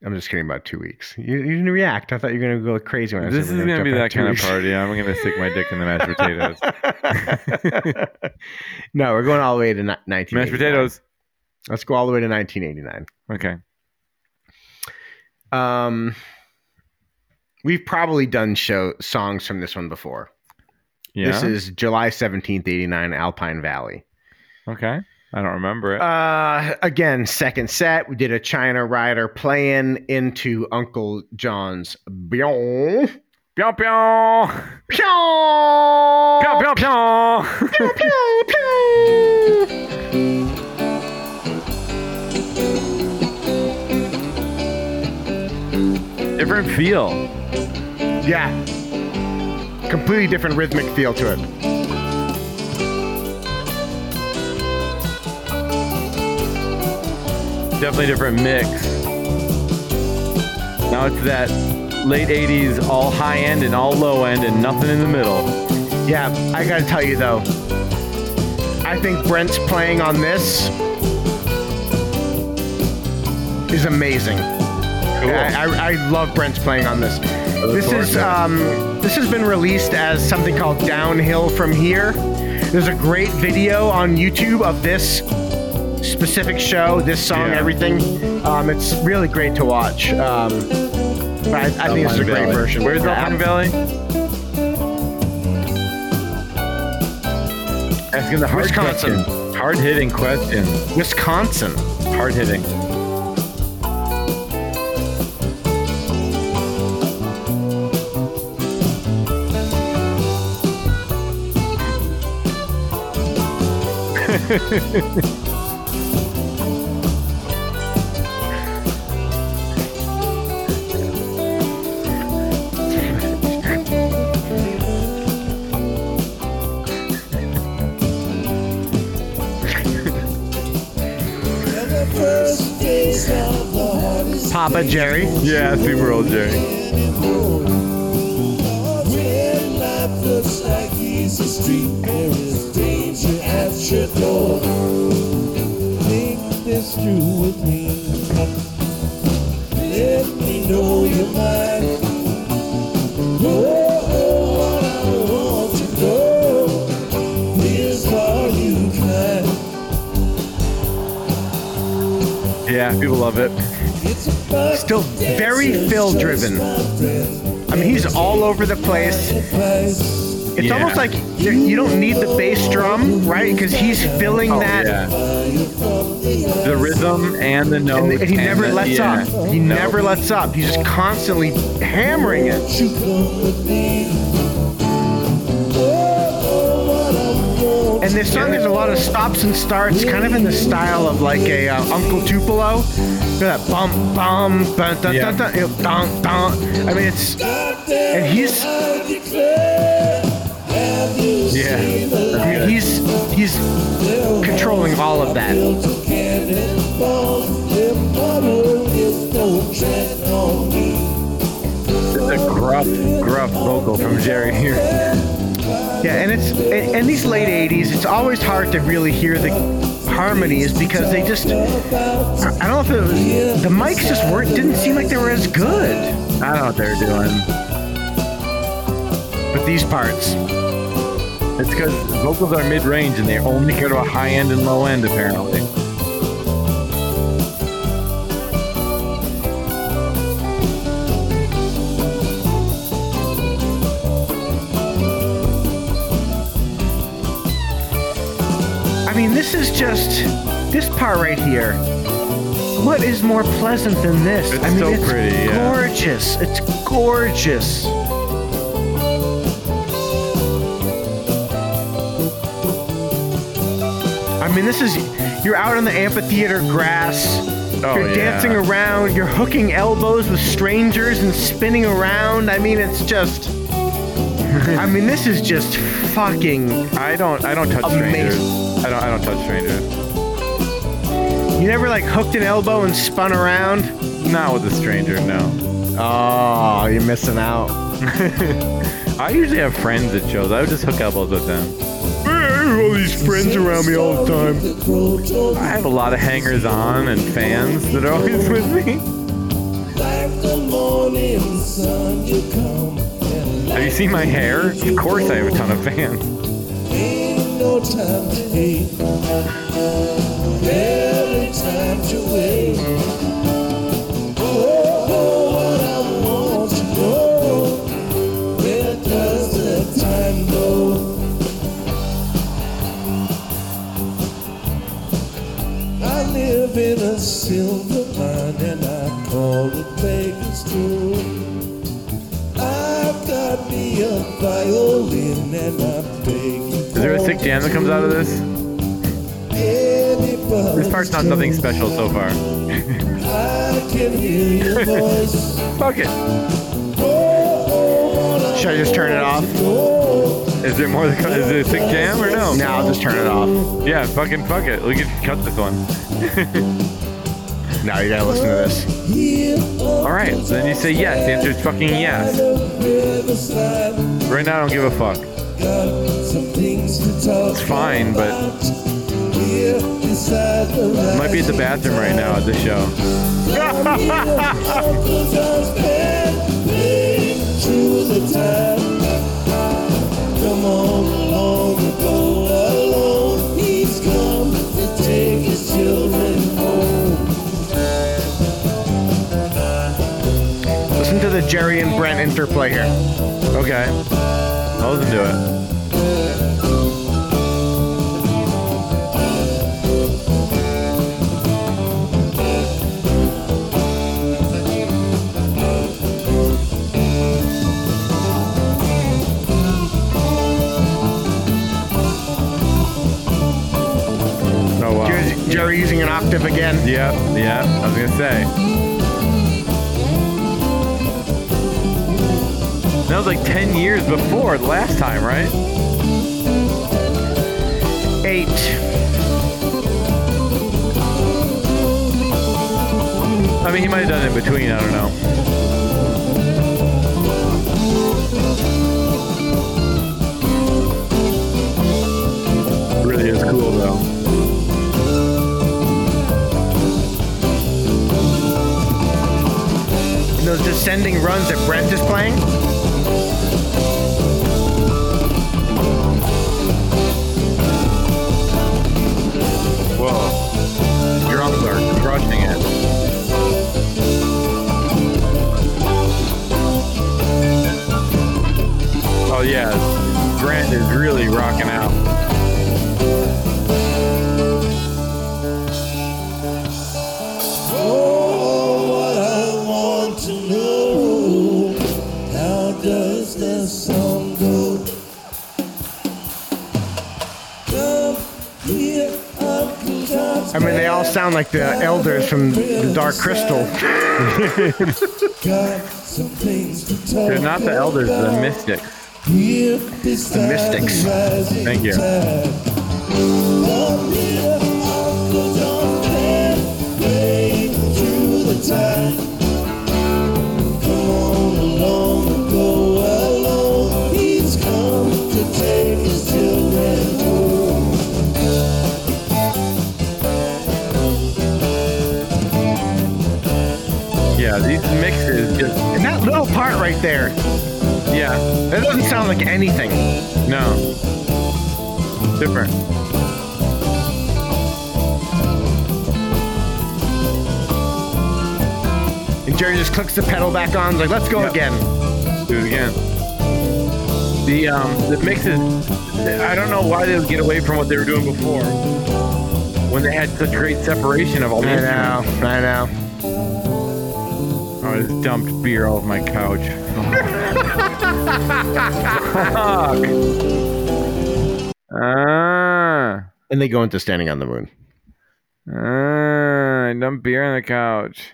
S4: I'm just kidding about two weeks. You, you didn't react. I thought you were gonna go crazy when I
S3: This
S4: said
S3: is
S4: we're
S3: gonna be that
S4: jump
S3: kind of
S4: ahead
S3: party. I'm gonna stick my dick in the mashed potatoes.
S4: two weeks. no, we're going all the way to ni- 1989.
S3: mashed potatoes.
S4: Let's go all the way to 1989.
S3: Okay.
S4: Um, we've probably done show songs from this one before.
S3: Yeah.
S4: This is July 17th, 89, Alpine Valley.
S3: okay. I don't remember it.
S4: Uh, again, second set. We did a China Rider playing into Uncle John's Bion.
S3: Pew pew. Pew
S4: Pew,
S3: pew pew.
S4: pew, pew.
S3: Different feel.
S4: Yeah. Completely different rhythmic feel to it.
S3: Definitely different mix. Now it's that late '80s, all high end and all low end, and nothing in the middle.
S4: Yeah, I gotta tell you though, I think Brent's playing on this is amazing. I, I, I love Brent's playing on this.
S3: look
S4: This
S3: forward
S4: is
S3: to it.
S4: um, this has been released as something called Downhill from Here, There's a great video on YouTube of this specific show, this song,
S3: Yeah.
S4: everything. Um, it's really great to watch. Um, but I, I think it's a great
S3: Valley.
S4: version.
S3: Where's
S4: Yeah.
S3: Alpine Valley?
S4: Asking the hard
S3: Wisconsin.
S4: question.
S3: Hard hitting question.
S4: Wisconsin.
S3: Hard hitting.
S4: Papa Jerry.
S3: Yeah, Super Old Jerry.
S2: Red light looks like easy street. There is danger at your door. Think this through with me. Let me know your mind. Oh, oh, I want to go. Is are you kind?
S3: Yeah, people love it.
S2: It's a fun
S4: Still very
S2: dance,
S4: Phil
S2: just
S4: driven.
S2: my friend.
S4: I mean, he's all over the place.
S2: Advice.
S4: It's
S3: Yeah.
S4: almost like you you don't need the bass drum, right? Because he's filling
S3: Oh,
S4: that.
S3: yeah. The rhythm and the note.
S4: And, and he never lets up. He never lets up. He's just constantly hammering it.
S2: you come with me.
S4: And this song has a lot of stops and starts, kind of in the style of like a uh, Uncle Tupelo. You know that bump, bump, dun, dun,
S3: Yeah.
S4: dun, dun, you know, dun, dun. I mean, it's and he's
S3: Yeah.
S4: I mean, he's he's controlling all of that.
S3: It's a gruff, gruff vocal from Jerry here.
S4: Yeah, and it's and, and these late '80s, it's always hard to really hear the harmonies because they just I don't know if it was the mics just weren't didn't seem like they were as good.
S3: I don't know what they're doing.
S4: But these parts,
S3: It's because vocals are mid-range and they only care about high end and low end, apparently.
S4: I mean, this is just this part right here. What is more pleasant than this?
S3: It's
S4: I mean,
S3: so pretty, yeah.
S4: gorgeous. It's gorgeous. I mean, this is you're out on the amphitheater grass.
S3: Oh,
S4: you're
S3: yeah.
S4: dancing around. You're hooking elbows with strangers and spinning around. I mean, it's just. I mean, this is just fucking
S3: I don't. I don't touch
S4: Amazing.
S3: strangers. I don't. I don't touch strangers.
S4: You never like hooked an elbow and spun around?
S3: Not with a stranger, no.
S4: Oh, you're missing out.
S3: I usually have friends at shows. I would just hook elbows with them.
S4: All these friends around me all the time.
S3: I have a lot of hangers on and fans that are always with me.
S2: Like the morning sun, you come.
S3: Have you seen my hair? Of course, I have a ton of fans.
S2: Ain't no time to hate. Barely time to wait. Oh, oh, what I want to know. Where does the time go? I live in a silver mine and I call it Vegas too. I've got me a violin and I'm begging.
S3: Is there a sick jam that comes out of this? This
S2: This
S3: part's not nothing special so far.
S2: I can hear your voice.
S3: Fuck it.
S4: Should I just turn it off?
S3: Is there more? That co- is there a sick jam or no?
S4: No, I'll just turn it off.
S3: Yeah, fucking fuck it. We can cut this one.
S4: No, you gotta listen to this.
S2: Here
S3: All right. So then you say yes. The answer is fucking yes.
S2: riverside,
S3: Right now, I don't give a fuck.
S2: got some things to talk
S3: It's fine, but-
S2: about. Here beside the
S3: Might be at the bathroom right now at the show.
S2: Through the time, come on along and go up.
S4: listen to the Jerry and Brent interplay here.
S3: Okay. I'll listen to it. Oh, wow.
S4: Jerry, Jerry using an octave again.
S3: Yep, yep. I was gonna say. That was like ten years before the last time, right?
S4: Eight.
S3: I mean, he might have done it in between. I don't know.
S5: Really is cool though.
S4: And those descending runs that Brent is playing.
S5: Whoa.
S4: Drums are crushing it.
S5: Oh yeah. Grant is really rocking out.
S2: Oh, what I want to know. How does that song go? Come here, I'm contrived.
S4: I mean, they all sound like the elders from the Dark Crystal.
S2: Got some things to talk
S3: They're not the elders, they're the
S2: about.
S3: mystics.
S2: Here beside the
S4: mystics.
S2: rising
S3: Thank you.
S2: tide. Come here, Uncle John, and wade through the tide. Come on along, go alone. He's come to take his children home.
S3: Yeah, these mixes just
S4: And that little part right there,
S3: yeah.
S4: that doesn't sound like anything.
S3: No. Different.
S4: And Jerry just clicks the pedal back on, like, let's go
S3: Yep.
S4: again.
S3: Do it again. The um the mixes I don't know why they would get away from what they were doing before. When they had such great separation of all the
S4: I
S3: instruments.
S4: know, I know.
S3: I just dumped beer all over my couch. Fuck. Ah,
S4: And they go into standing on the moon.
S3: ah, I dumped beer on the couch.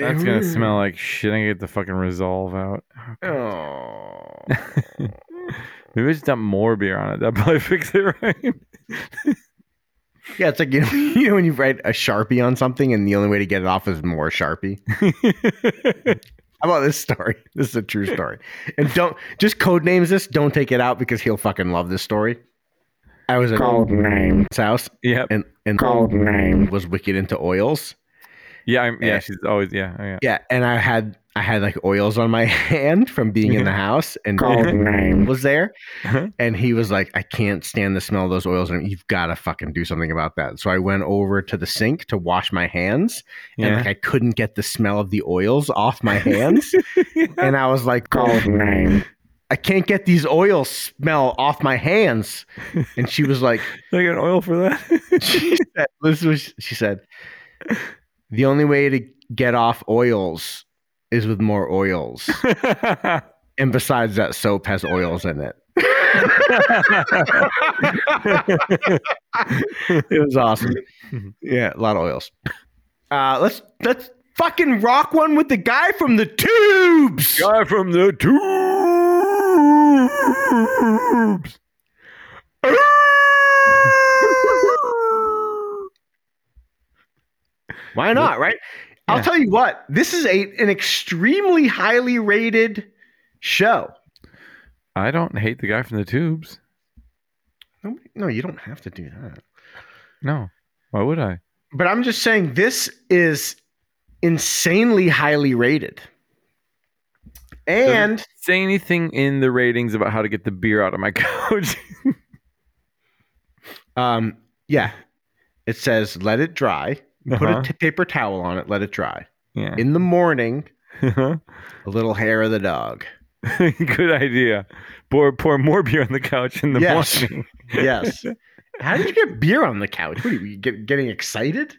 S3: That's gonna smell like shit. I get the fucking resolve out.
S4: Oh.
S3: Maybe just dump more beer on it. That'll probably fix it, right?
S4: Yeah, it's like you know, you know when you write a sharpie on something, and the only way to get it off is more sharpie. How about this story? This is a true story. And don't just code names this. Don't take it out because he'll fucking love this story. I was at
S1: Code name.
S4: his house,
S3: yep.
S4: and and
S1: Code name.
S4: was wicked into oils.
S3: Yeah. I'm, yeah.
S4: Eh.
S3: She's always. Yeah. oh, yeah.
S4: Yeah, and I had I had like oils on my hand from being in the house, and
S1: Code name.
S4: was there
S3: Uh-huh.
S4: and he was like i can't stand the smell of those oils and you've got to fucking do something about that so i went over to the sink to wash my hands and
S3: Yeah.
S4: like i couldn't get the smell of the oils off my hands and i was like
S1: Code name.
S4: i can't get these oils smell off my hands and she was like
S3: Did I get oil for that?
S4: she said this was she said the only way to get off oils is with more oils and besides that soap has oils in it it was awesome yeah a lot of oils uh let's let's fucking rock one with the guy from the tubes
S3: Guy from the tubes.
S4: why not right i'll
S3: Yeah.
S4: tell you what this is a an extremely highly rated show
S3: I don't hate the guy from the tubes.
S4: no, no you don't have to do that
S3: No. Why would I?
S4: but i'm just saying this is insanely highly rated and
S3: Say anything in the ratings about how to get the beer out of my couch.
S4: Um, yeah. It says let it dry. Put
S3: Uh-huh.
S4: a t- paper towel on it. Let it dry.
S3: Yeah.
S4: in the morning, a little hair of the dog.
S3: Good idea. Pour pour more beer on the couch in the
S4: Yes.
S3: morning.
S4: Yes. How did you get beer on the couch? What are you get, getting excited?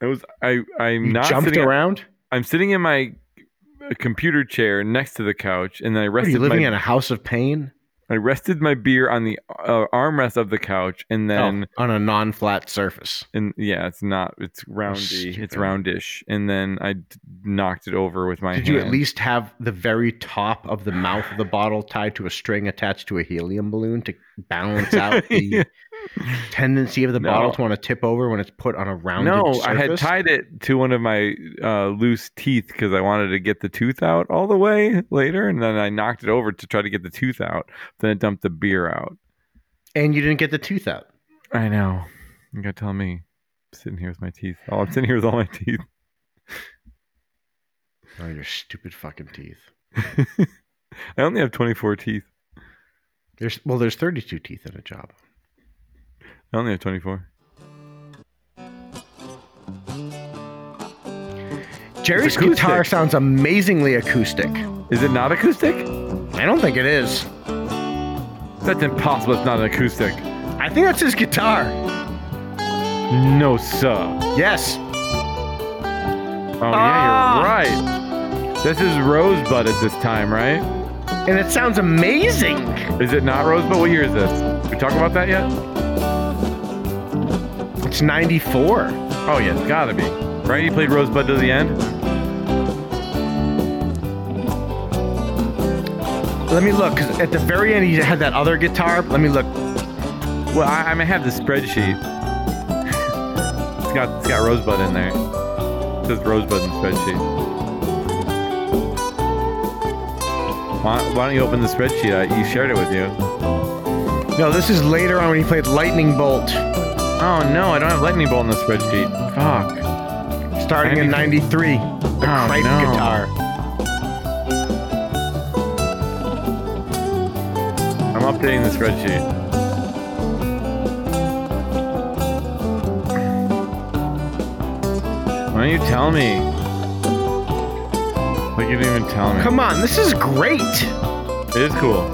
S3: It was I. I'm
S4: You
S3: not
S4: jumped
S3: sitting.
S4: around.
S3: I'm sitting in my uh, computer chair next to the couch, and I
S4: What, are
S3: rested
S4: you
S3: my
S4: living in a house of pain?
S3: I rested my beer on the uh, armrest of the couch, and then
S4: Oh, on a non-flat surface.
S3: and yeah, it's not. It's roundy.
S4: stupid.
S3: it's roundish, and then I d- knocked it over with my.
S4: Did you at
S3: hand.
S4: least have the very top of the mouth of the bottle tied to a string attached to a helium balloon to balance out the
S3: Yeah.
S4: tendency of the
S3: No.
S4: bottle to want to tip over when it's put on a rounded
S3: No, I had
S4: surface?
S3: tied it to one of my uh, loose teeth because I wanted to get the tooth out all the way later, and then I knocked it over to try to get the tooth out. Then I dumped the beer out.
S4: and you didn't get the tooth out.
S3: I know. You gotta tell me. I'm sitting here with my teeth. Oh, I'm sitting here with all my teeth.
S4: Oh, your stupid fucking teeth.
S3: I only have 24 teeth.
S4: There's well, there's 32 teeth in a job.
S3: I only have 24.
S4: Jerry's
S3: acoustic.
S4: guitar sounds amazingly acoustic.
S3: Is it not acoustic?
S4: I don't think it is.
S3: That's impossible. It's not an acoustic.
S4: I think that's his guitar.
S3: No, sir.
S4: Yes.
S3: Oh, yeah, you're right. This is Rosebud at this time, right?
S4: And it sounds amazing.
S3: Is it not Rosebud? What year is this? We talk about that yet?
S4: It's 94.
S3: Oh yeah, it's gotta be. Right? You played Rosebud to the end?
S4: Let me look, because at the very end, he had that other guitar. Let me look.
S3: Well, I, I mean, I have the spreadsheet. it's got it's got Rosebud in there. It says Rosebud in the spreadsheet. Why, why don't you open the spreadsheet? I, you shared it with you.
S4: No, this is later on when he played Lightning Bolt,
S3: Oh no, I don't have Lightning Bolt in the spreadsheet. Fuck.
S4: starting in 93. The
S3: Oh,
S4: Cripe
S3: no.
S4: guitar.
S3: I'm updating the spreadsheet. Why don't you tell me? Like you didn't even tell me.
S4: Come on, this is great.
S3: It is cool.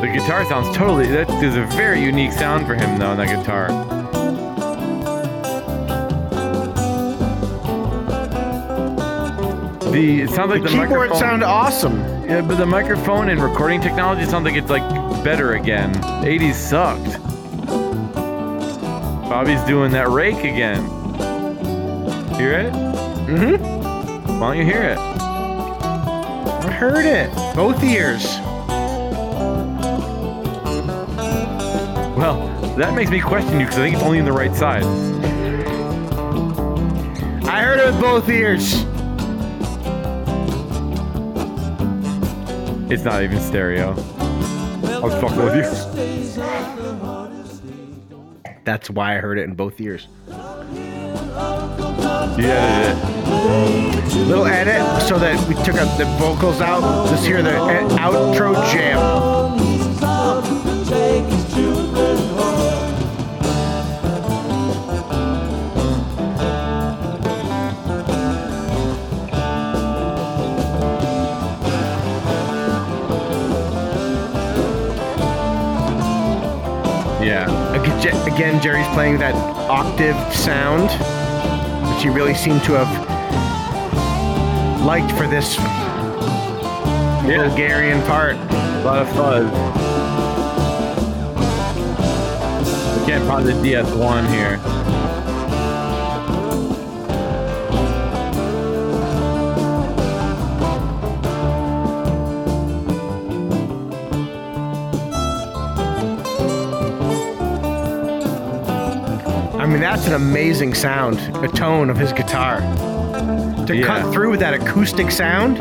S3: The guitar sounds totally. That is a very unique sound for him, though. on That guitar. The it sounds like the,
S4: Keyboard
S3: microphone.
S4: sound awesome.
S3: Yeah, but the microphone and recording technology sounds like it's like better again. The 80s sucked. Bobby's doing that rake again. Hear it?
S4: Mm-hmm.
S3: Why don't you hear it?
S4: I heard it. Both ears.
S3: Well, that makes me question you because I think it's only in the right side.
S4: I heard it with both ears.
S3: It's not even stereo. I was fucking with you.
S4: That's why I heard it in both ears.
S3: Yeah,
S4: Little edit so that we took up the vocals out. Let's hear the e- outro jam.
S3: yeah.
S4: Ag- Je- Again, Jerry's playing that octave sound, which he really seemed to have liked for this Bulgarian part.
S3: A lot of fuzz. We can't find the DS1 here.
S4: I mean, that's an amazing sound, a tone of his guitar. To
S3: Yeah.
S4: cut through with that acoustic sound,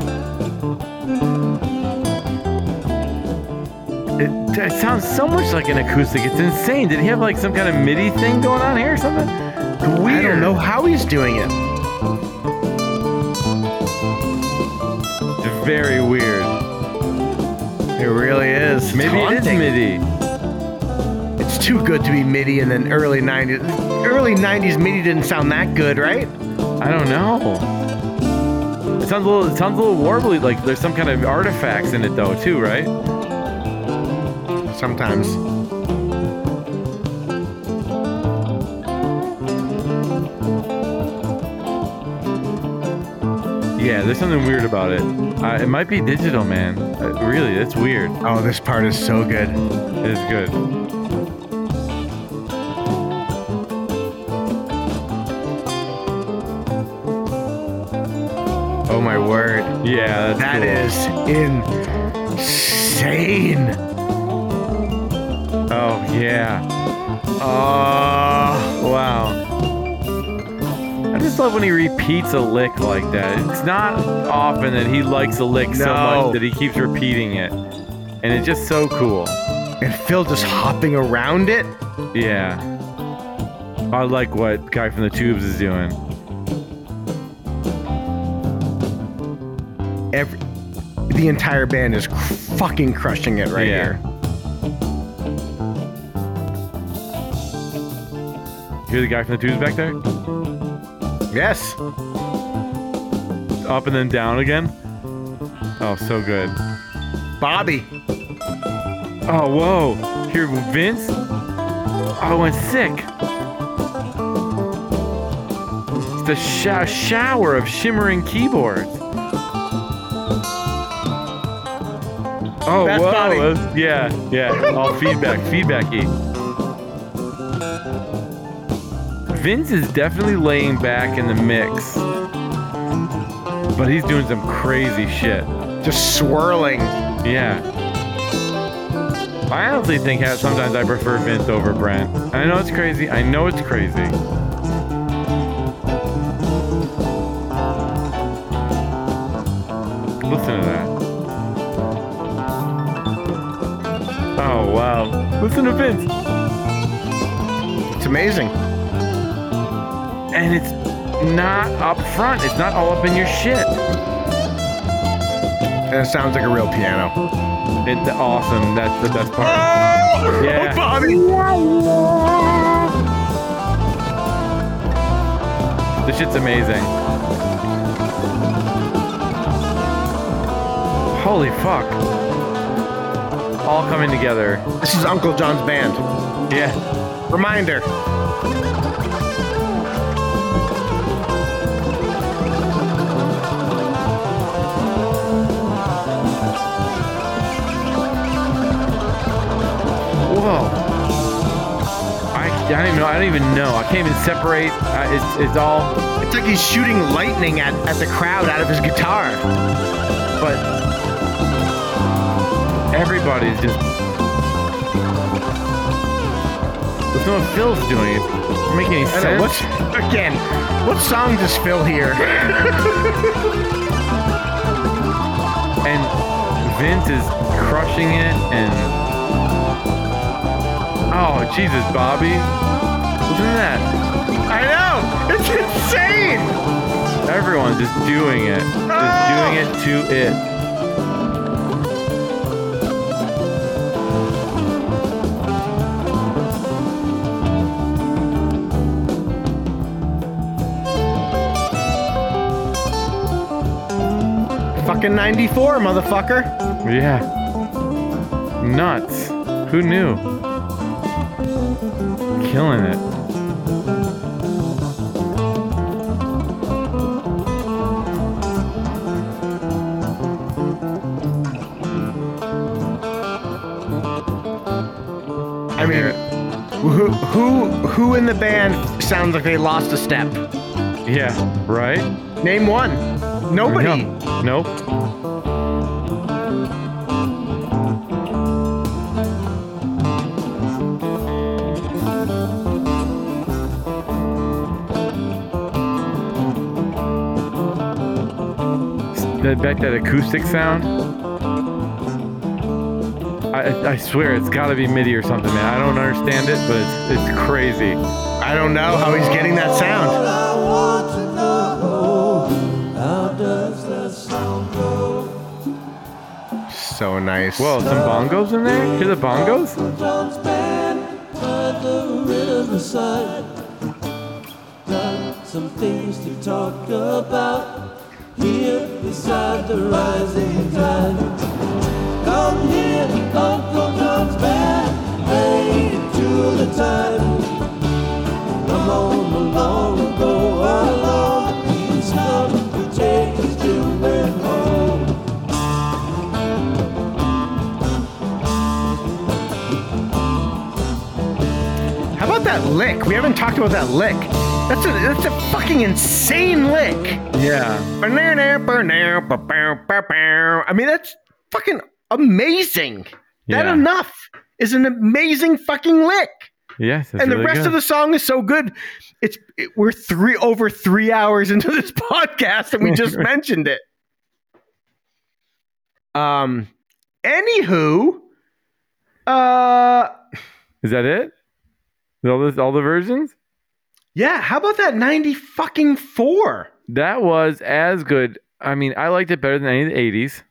S3: It, that sounds so much like an acoustic. It's insane. Did he have like some kind of MIDI thing going on here or something? It's
S4: I
S3: weird.
S4: don't know how he's doing it.
S3: It's very weird.
S4: It really is. It's
S3: Maybe it is
S4: haunting.
S3: MIDI.
S4: It's too good to be MIDI in the early 90s. Early 90s MIDI didn't sound that good, right?
S3: I don't know. It sounds a little. It sounds a little warbly. Like there's some kind of artifacts in it though, too, right?
S4: Sometimes.
S3: Yeah, there's something weird about it. Uh, it might be digital, man. Uh, really, it's weird.
S4: Oh, this part is so good.
S3: It is good.
S4: Oh my word.
S3: Yeah, that's
S4: That
S3: cool.
S4: is insane.
S3: Oh yeah. Oh wow. I just love when he repeats a lick like that. It's not often that he likes a lick so
S4: No.
S3: much that he keeps repeating it, and it's just so cool.
S4: And Phil just hopping around it.
S3: Yeah. I like what guy from the tubes is doing.
S4: Every, the entire band is cr- fucking crushing it right
S3: Yeah.
S4: here.
S3: Hear the guy from the tubes back there?
S4: Yes.
S3: Up and then down again. Oh, so good.
S4: Bobby.
S3: Oh, whoa. Here, Vince? I went sick. It's the sho- shower of shimmering keyboards. Oh,
S4: Best
S3: whoa.
S4: body.
S3: that's- Yeah, yeah. All feedback, feedbacky. Vince is definitely laying back in the mix, but he's doing some crazy shit.
S4: Just swirling.
S3: Yeah. I honestly think that sometimes I prefer Vince over Brent. I know it's crazy. I know it's crazy. Listen to that. Oh, wow. Listen to Vince.
S4: It's amazing.
S3: And it's not up front, it's not all up in your shit.
S4: And it sounds like a real piano.
S3: It's awesome. That's the best part. Yeah.
S4: Oh, Bobby.
S3: This shit's amazing. Holy fuck. All coming together.
S4: This is Uncle John's band.
S3: Yeah.
S4: Reminder.
S3: Whoa. I, I don't even know. I don't even know. I can't even separate. I, it's, it's all.
S4: It's like he's shooting lightning at, at the crowd out of his guitar.
S3: But everybody's just. There's no what Phil's doing. It doesn't make any
S4: I don't
S3: sense.
S4: know, what's, again, what song does Phil hear?
S3: and Vince is crushing it and oh Jesus Bobby listen to that
S4: I know. It's insane.
S3: everyone's just doing it just doing it to it
S4: Fucking 94, motherfucker.
S3: yeah nuts who knew killing it
S4: I mean, who, who, who in the band sounds like they lost a step?
S3: yeah right
S4: Name one. Nobody.
S3: No. nope that back that acoustic sound. I, I- I swear it's got to be MIDI or something, man. I don't understand it, but it's, it's crazy.
S4: I don't know how he's getting that sound.
S2: I want to know how does that sound go?
S4: So nice.
S3: Whoa, some bongos in there? Hear the bongos?
S2: John's band by the riverside. That's some things to talk about here beside the rising tide. Come here, Uncle John's band, hey, to the time. Come on along, we'll go along. He's come to take his children home.
S4: How about that lick? We haven't talked about that lick. That's a that's a fucking insane lick.
S3: Yeah.
S4: I mean, that's fucking amazing. That
S3: Yeah.
S4: enough is an amazing fucking lick.
S3: Yes.
S4: and the rest of the song is so good. It's it, we're three over three hours into this podcast, and we just mentioned it. Um. Anywho, uh,
S3: Is that it? Is all this all the versions?
S4: yeah. How about that ninety fucking four?
S3: That was as good. I mean, I liked it better than any of the eighties.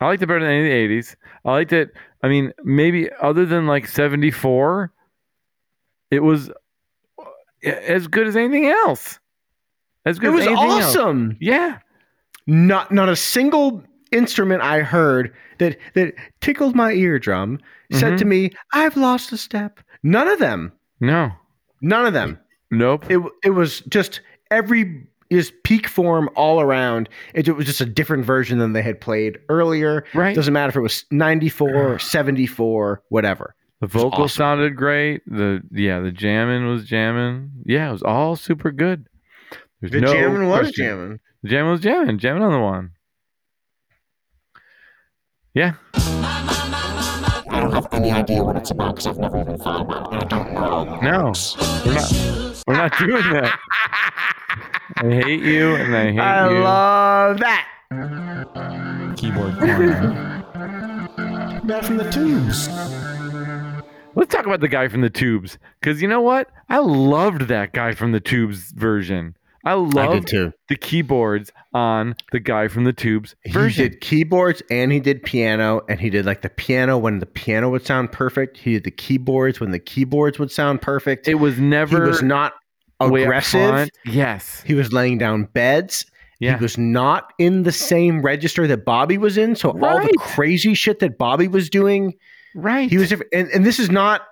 S3: I liked it better than any of the eighties. I liked it. I mean, maybe other than like seventy four, it was uh, as good as anything else. As good
S4: It was
S3: as anything else.
S4: awesome.
S3: Yeah.
S4: Not not a single instrument I heard that that tickled my eardrum said
S3: Mhm.
S4: to me, "I've lost a step." None of them.
S3: No.
S4: None of them.
S3: Nope.
S4: it it was just every is peak form all around. It, was just a different version than they had played earlier.
S3: Right.
S4: Doesn't matter if it was 94, 74, whatever.
S3: The vocal
S4: awesome.
S3: sounded great. The yeah, the jamming was jamming. Yeah, it was all super good. There's no question.
S4: jamming.
S3: The jamming was jamming. Jamming on the one. Yeah. I don't have any idea what it's about because I've never even thought about it. I don't know. No, we're not. We're not doing that. I hate you, and I hate
S4: I
S3: you.
S4: love that.
S3: keyboard corner. Let's talk about the guy from the tubes, because you know what? I loved that guy from the tubes version. I loved
S4: too.
S3: the keyboards on the guy from the tubes
S4: He
S3: version.
S4: did keyboards and he did piano and he did like the piano when the piano would sound perfect. He did the keyboards when the keyboards would sound perfect.
S3: It was
S4: he
S3: never
S4: was not
S3: way up
S4: aggressive.
S3: front. Yes.
S4: He was laying down beds.
S3: Yeah.
S4: He was not in the same register that Bobby was in. So all the
S3: Right.
S4: crazy shit that Bobby was doing,
S3: right.
S4: he was different. And, and this is not,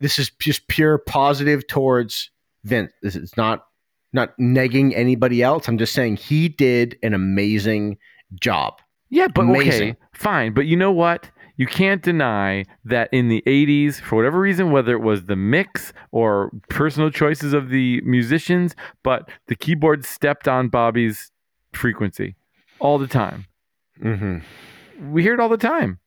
S4: this is just pure positive towards Vince. This is not, not negging anybody else. I'm just saying he did an amazing job.
S3: Yeah, but
S4: Amazing.
S3: okay, fine. But you know what? You can't deny that in the 80s, for whatever reason, whether it was the mix or personal choices of the musicians, but the keyboard stepped on Bobby's frequency all the time.
S4: Mm-hmm.
S3: We hear it all the time.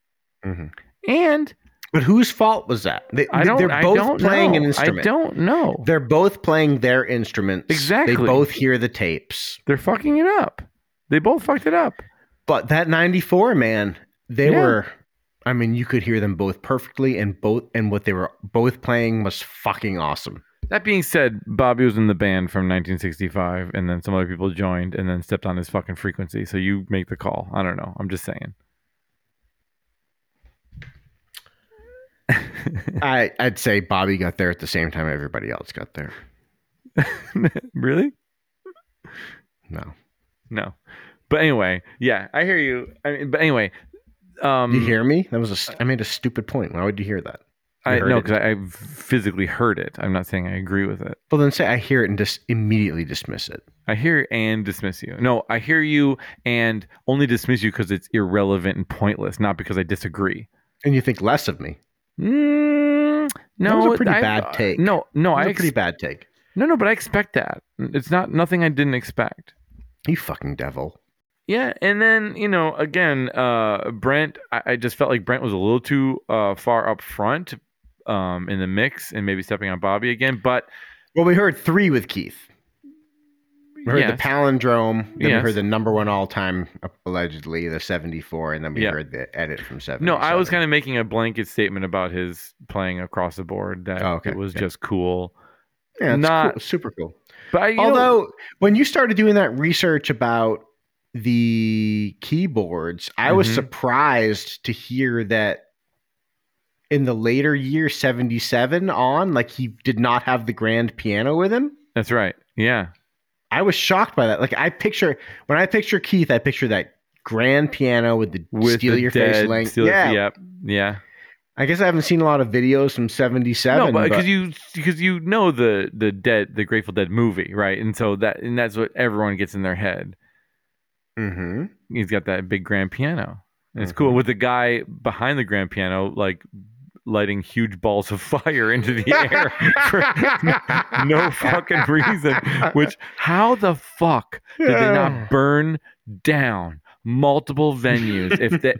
S4: Mhm.
S3: And
S4: But whose fault was that? They,
S3: I don't,
S4: they're
S3: I
S4: both
S3: don't
S4: playing
S3: know.
S4: an instrument.
S3: I don't know.
S4: They're both playing their instruments.
S3: Exactly.
S4: They both hear the tapes.
S3: They're fucking it up. They both fucked it up.
S4: But that 94 man, they
S3: Yeah.
S4: were I mean, you could hear them both perfectly and both and what they were both playing was fucking awesome.
S3: That being said, Bobby was in the band from 1965, and then some other people joined and then stepped on his fucking frequency. So you make the call. I don't know. I'm just saying.
S4: I I'd say Bobby got there at the same time everybody else got there.
S3: really?
S4: No.
S3: No. But anyway, yeah, I hear you. I mean, but anyway, um, uh,
S4: You hear me? That was a s- I made a stupid point. Why would you hear that? You
S3: I
S4: heard
S3: no,
S4: it.
S3: because I, I physically heard it. I'm not saying I agree with it.
S4: Well, then say I hear it and just immediately dismiss it.
S3: I hear and dismiss you. No, I hear you and only dismiss you because it's irrelevant and pointless, not because I disagree.
S4: And you think less of me.
S3: Mm, no,
S4: That was a pretty
S3: I- uh,
S4: bad take.
S3: No, no,
S4: That was
S3: I
S4: a pretty
S3: ex-
S4: bad take.
S3: No, no, but I expect that. It's not nothing I didn't expect.
S4: You fucking devil.
S3: Yeah, and then you know, again, uh, Brent. I, I just felt like Brent was a little too uh, far up front um, in the mix, and maybe stepping on Bobby again. But
S4: Well, we heard 3 with Keith. We heard
S3: Yes.
S4: the palindrome, then we
S3: Yes.
S4: heard the number one all time allegedly, the seventy four, and then we
S3: Yeah.
S4: heard the edit from seventy.
S3: no, I was kind of making a blanket statement about his playing across the board that
S4: Oh, okay,
S3: it was
S4: yeah.
S3: just cool.
S4: yeah, it's
S3: not-
S4: cool, super cool.
S3: But I, you know-
S4: Although when you started doing that research about the keyboards, I was
S3: Mhm.
S4: surprised to hear that in the later year seventy seven on, like he did not have the grand piano with him.
S3: That's right. Yeah.
S4: I was shocked by that. Like I picture when I picture Keith, I picture that grand piano with the
S3: With
S4: steal
S3: the
S4: your face
S3: dead,
S4: length.
S3: steal-
S4: yeah.
S3: Yep. Yeah.
S4: I guess I haven't seen a lot of videos from '77.
S3: no, but
S4: but-
S3: because you because you know the the dead the Grateful Dead movie, right? And so that and that's what everyone gets in their head.
S4: Mhm.
S3: He's got that big grand piano. And it's cool with the guy behind the grand piano like lighting huge balls of fire into the air for no fucking reason. Which how the fuck did they
S4: Yeah.
S3: not burn down multiple venues? If they,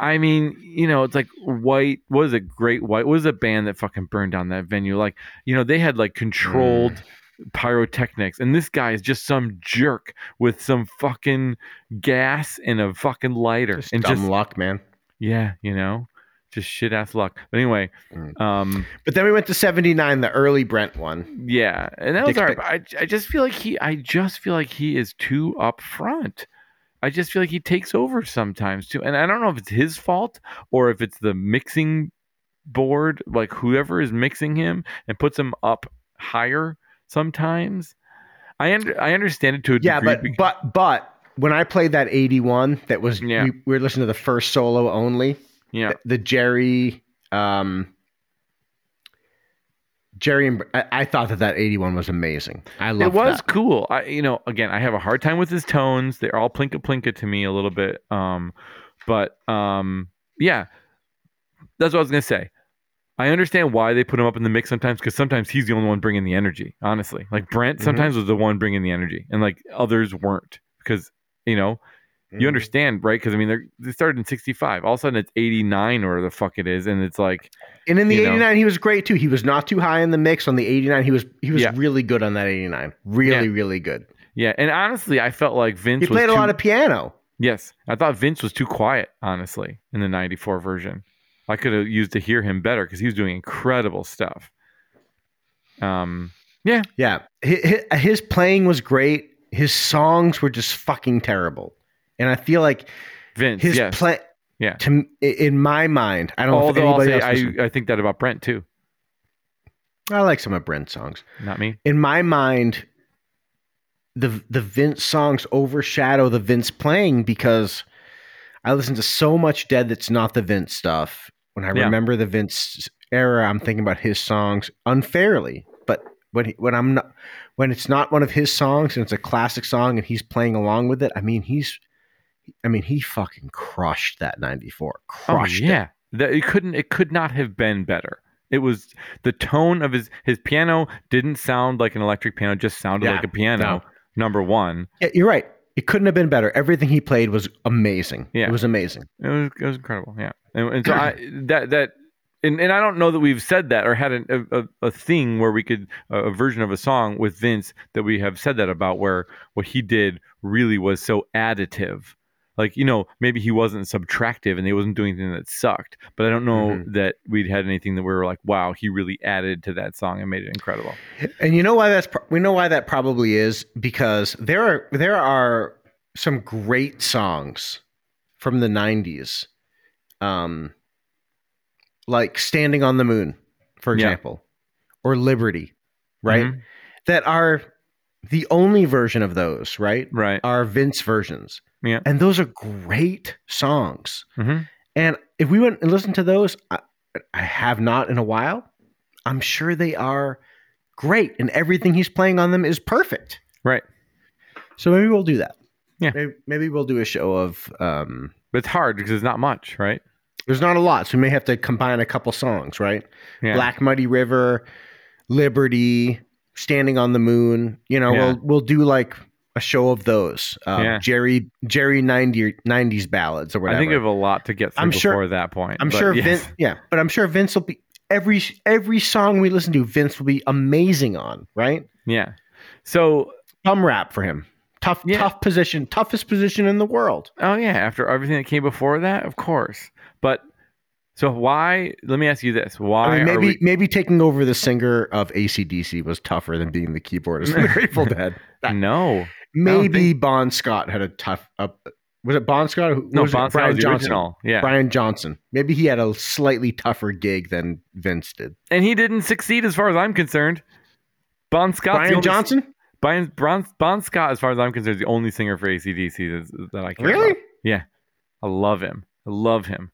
S3: I mean, you know, it's like white. What is it? Great White. What is a band that fucking burned down that venue? Like, you know, they had like controlled
S4: Mm.
S3: pyrotechnics, and this guy is just some jerk with some fucking gas and a fucking lighter,
S4: Just
S3: and
S4: dumb
S3: just
S4: luck, man.
S3: yeah, you know, just shit ass luck. But anyway,
S4: Mm.
S3: um.
S4: But then we went to '79, the early Brent one.
S3: Yeah, and that was
S4: Dick
S3: all right. But I, I just feel like he, I just feel like he is too upfront. I just feel like he takes over sometimes too, and I don't know if it's his fault or if it's the mixing board, like whoever is mixing him and puts him up higher sometimes. I under, I understand it to a
S4: Yeah,
S3: degree.
S4: but
S3: bec-
S4: but but when I played that '81, that was
S3: Yeah.
S4: we, we were listening to the first solo only.
S3: yeah,
S4: the, the Jerry, um, Jerry, and I, I thought that that 81 was amazing. I love
S3: it was
S4: that.
S3: cool. I you know again I have a hard time with his tones. They're all plinka plinka to me a little bit. Um, but um, yeah, that's what I was gonna say. I understand why they put him up in the mix sometimes because sometimes he's the only one bringing the energy. Honestly, like Brent
S4: Mhm.
S3: sometimes was the one bringing the energy, and like others weren't because you know
S4: Mm. Mm-hmm.
S3: you understand right? Because I mean they're, they started in '65. All of a sudden it's '89 or the fuck it is, and it's like
S4: And in the
S3: you know.
S4: 89, he was great too. He was not too high in the mix on the 89. He was he was
S3: Yeah.
S4: really good on that 89. Really, really good.
S3: yeah. And honestly, I felt like Vince
S4: He
S3: was
S4: played a
S3: too-
S4: lot of piano.
S3: Yes, I thought Vince was too quiet, honestly, in the '94 version. I could have used to hear him better because he was doing incredible stuff. Um, yeah,
S4: Yeah, his, his playing was great. His songs were just fucking terrible. And I feel like
S3: Vince.
S4: his
S3: yes.
S4: play,
S3: Yeah.
S4: to m- i- in my mind, I don't know if
S3: Although I'll
S4: anybody
S3: say
S4: else. listens-
S3: I, I think that about Brent too.
S4: I like some of Brent's songs.
S3: Not me.
S4: in my mind, the the Vince songs overshadow the Vince playing because I listen to so much Dead that's not the Vince stuff. When I
S3: Yeah.
S4: remember the Vince era, I'm thinking about his songs unfairly. But when he, when I'm not when it's not one of his songs and it's a classic song and he's playing along with it, I mean he's I mean he fucking crushed that '94, crushed
S3: oh
S4: it.
S3: yeah, that it couldn't. It could not have been better. It was the tone of his his piano didn't sound like an electric piano. it Just sounded
S4: Yeah,
S3: like a piano.
S4: no.
S3: Number one,
S4: Yeah, you're right. It couldn't have been better. Everything he played was amazing.
S3: Yeah.
S4: It was amazing.
S3: It was it was incredible. Yeah, and, and so I that that. And, and I don't know that we've said that or had an, a, a, a thing where we could a, a version of a song with Vince that we have said that about where what he did really was so additive. Like you know maybe he wasn't subtractive and he wasn't doing anything that sucked, but I don't know
S4: Mm-hmm.
S3: that we'd had anything that we were like, wow, he really added to that song and made it incredible.
S4: And you know why that's pro- we know why that probably is because there are there are some great songs from the 90s um like Standing on the Moon for
S3: Yeah.
S4: example or Liberty right
S3: Mhm.
S4: that are the only version of those right
S3: Right.
S4: are Vince versions
S3: Yeah.
S4: and those are great songs
S3: hmm
S4: and if we went and listened to those, I, I have not in a while. I'm sure they are great, and everything he's playing on them is perfect.
S3: Right.
S4: So maybe we'll do that.
S3: Yeah.
S4: Maybe, maybe we'll do a show of. Um,
S3: But it's hard because it's not much, right?
S4: there's not a lot, so we may have to combine a couple songs, right?
S3: Yeah.
S4: Black Muddy River, Liberty, Standing on the Moon. You know,
S3: Yeah.
S4: we'll we'll do like a show of those. Um,
S3: Yeah.
S4: Jerry Jerry 90, 90s ballads or whatever.
S3: I think of a lot to get through
S4: I'm
S3: before
S4: sure-
S3: that point.
S4: I'm
S3: but
S4: sure
S3: yes.
S4: Vince. Yeah, but I'm sure Vince will be every every song we listen to. Vince will be amazing on right.
S3: Yeah. So
S4: Thumb rap for him. Tough,
S3: Yeah.
S4: tough position, toughest position in the world.
S3: Oh yeah, after everything that came before that, of course. But so why? Let me ask you this: Why
S4: I mean,
S3: are
S4: maybe
S3: we?
S4: maybe taking over the singer of ACDC was tougher than being the keyboardist of the Grateful Dead. that.
S3: No,
S4: Maybe Bon Scott had a tough up. Was it Bon Scott? or who-
S3: no,
S4: was it
S3: Bon Scott was the
S4: Johnson.
S3: original. Yeah,
S4: Brian Johnson. Maybe he had a slightly tougher gig than Vince did.
S3: and he didn't succeed, as far as I'm concerned. Bon Scott's the
S4: Brian
S3: only-
S4: Johnson?
S3: Brian, Bron, Bon Scott, as far as I'm concerned, is the only singer for ACDC that, that I care
S4: Really?
S3: about. Yeah. I love him. I love him.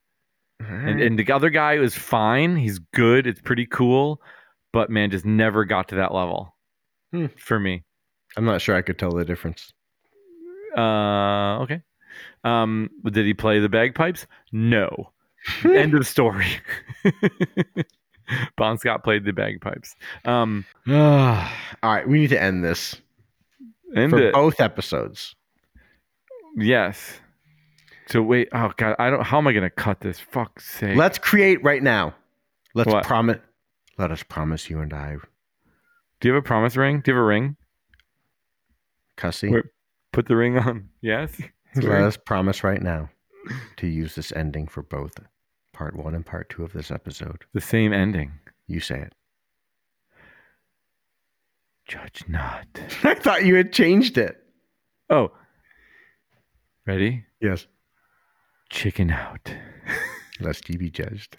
S3: And,
S4: Alright.
S3: and the other guy is fine. He's good. It's pretty cool. But man, just never got to that level
S4: Hmm.
S3: for me.
S4: I'm not sure I could tell the difference.
S3: Uh, okay. Um, but did he play the bagpipes? No. End of story. bon Scott played the bagpipes. Um,
S4: All right, we need to end this
S3: end
S4: for
S3: it.
S4: both episodes.
S3: uh, Yes. So wait. Oh God, I don't. How am I gonna cut this? Fuck sake.
S4: Let's create right now. Let's
S3: What?
S4: promise. Let us promise you and I,
S3: Do you have a promise ring? Do you have a ring?
S4: Cussy.
S3: Wait, Put the ring on. Yes.
S4: Let us promise right now to use this ending for both part one and part two of this episode.
S3: The same ending.
S4: You say it.
S3: Judge not.
S4: I thought you had changed it.
S3: Oh. Ready?
S4: Yes.
S3: Chicken out.
S4: Lest you be judged.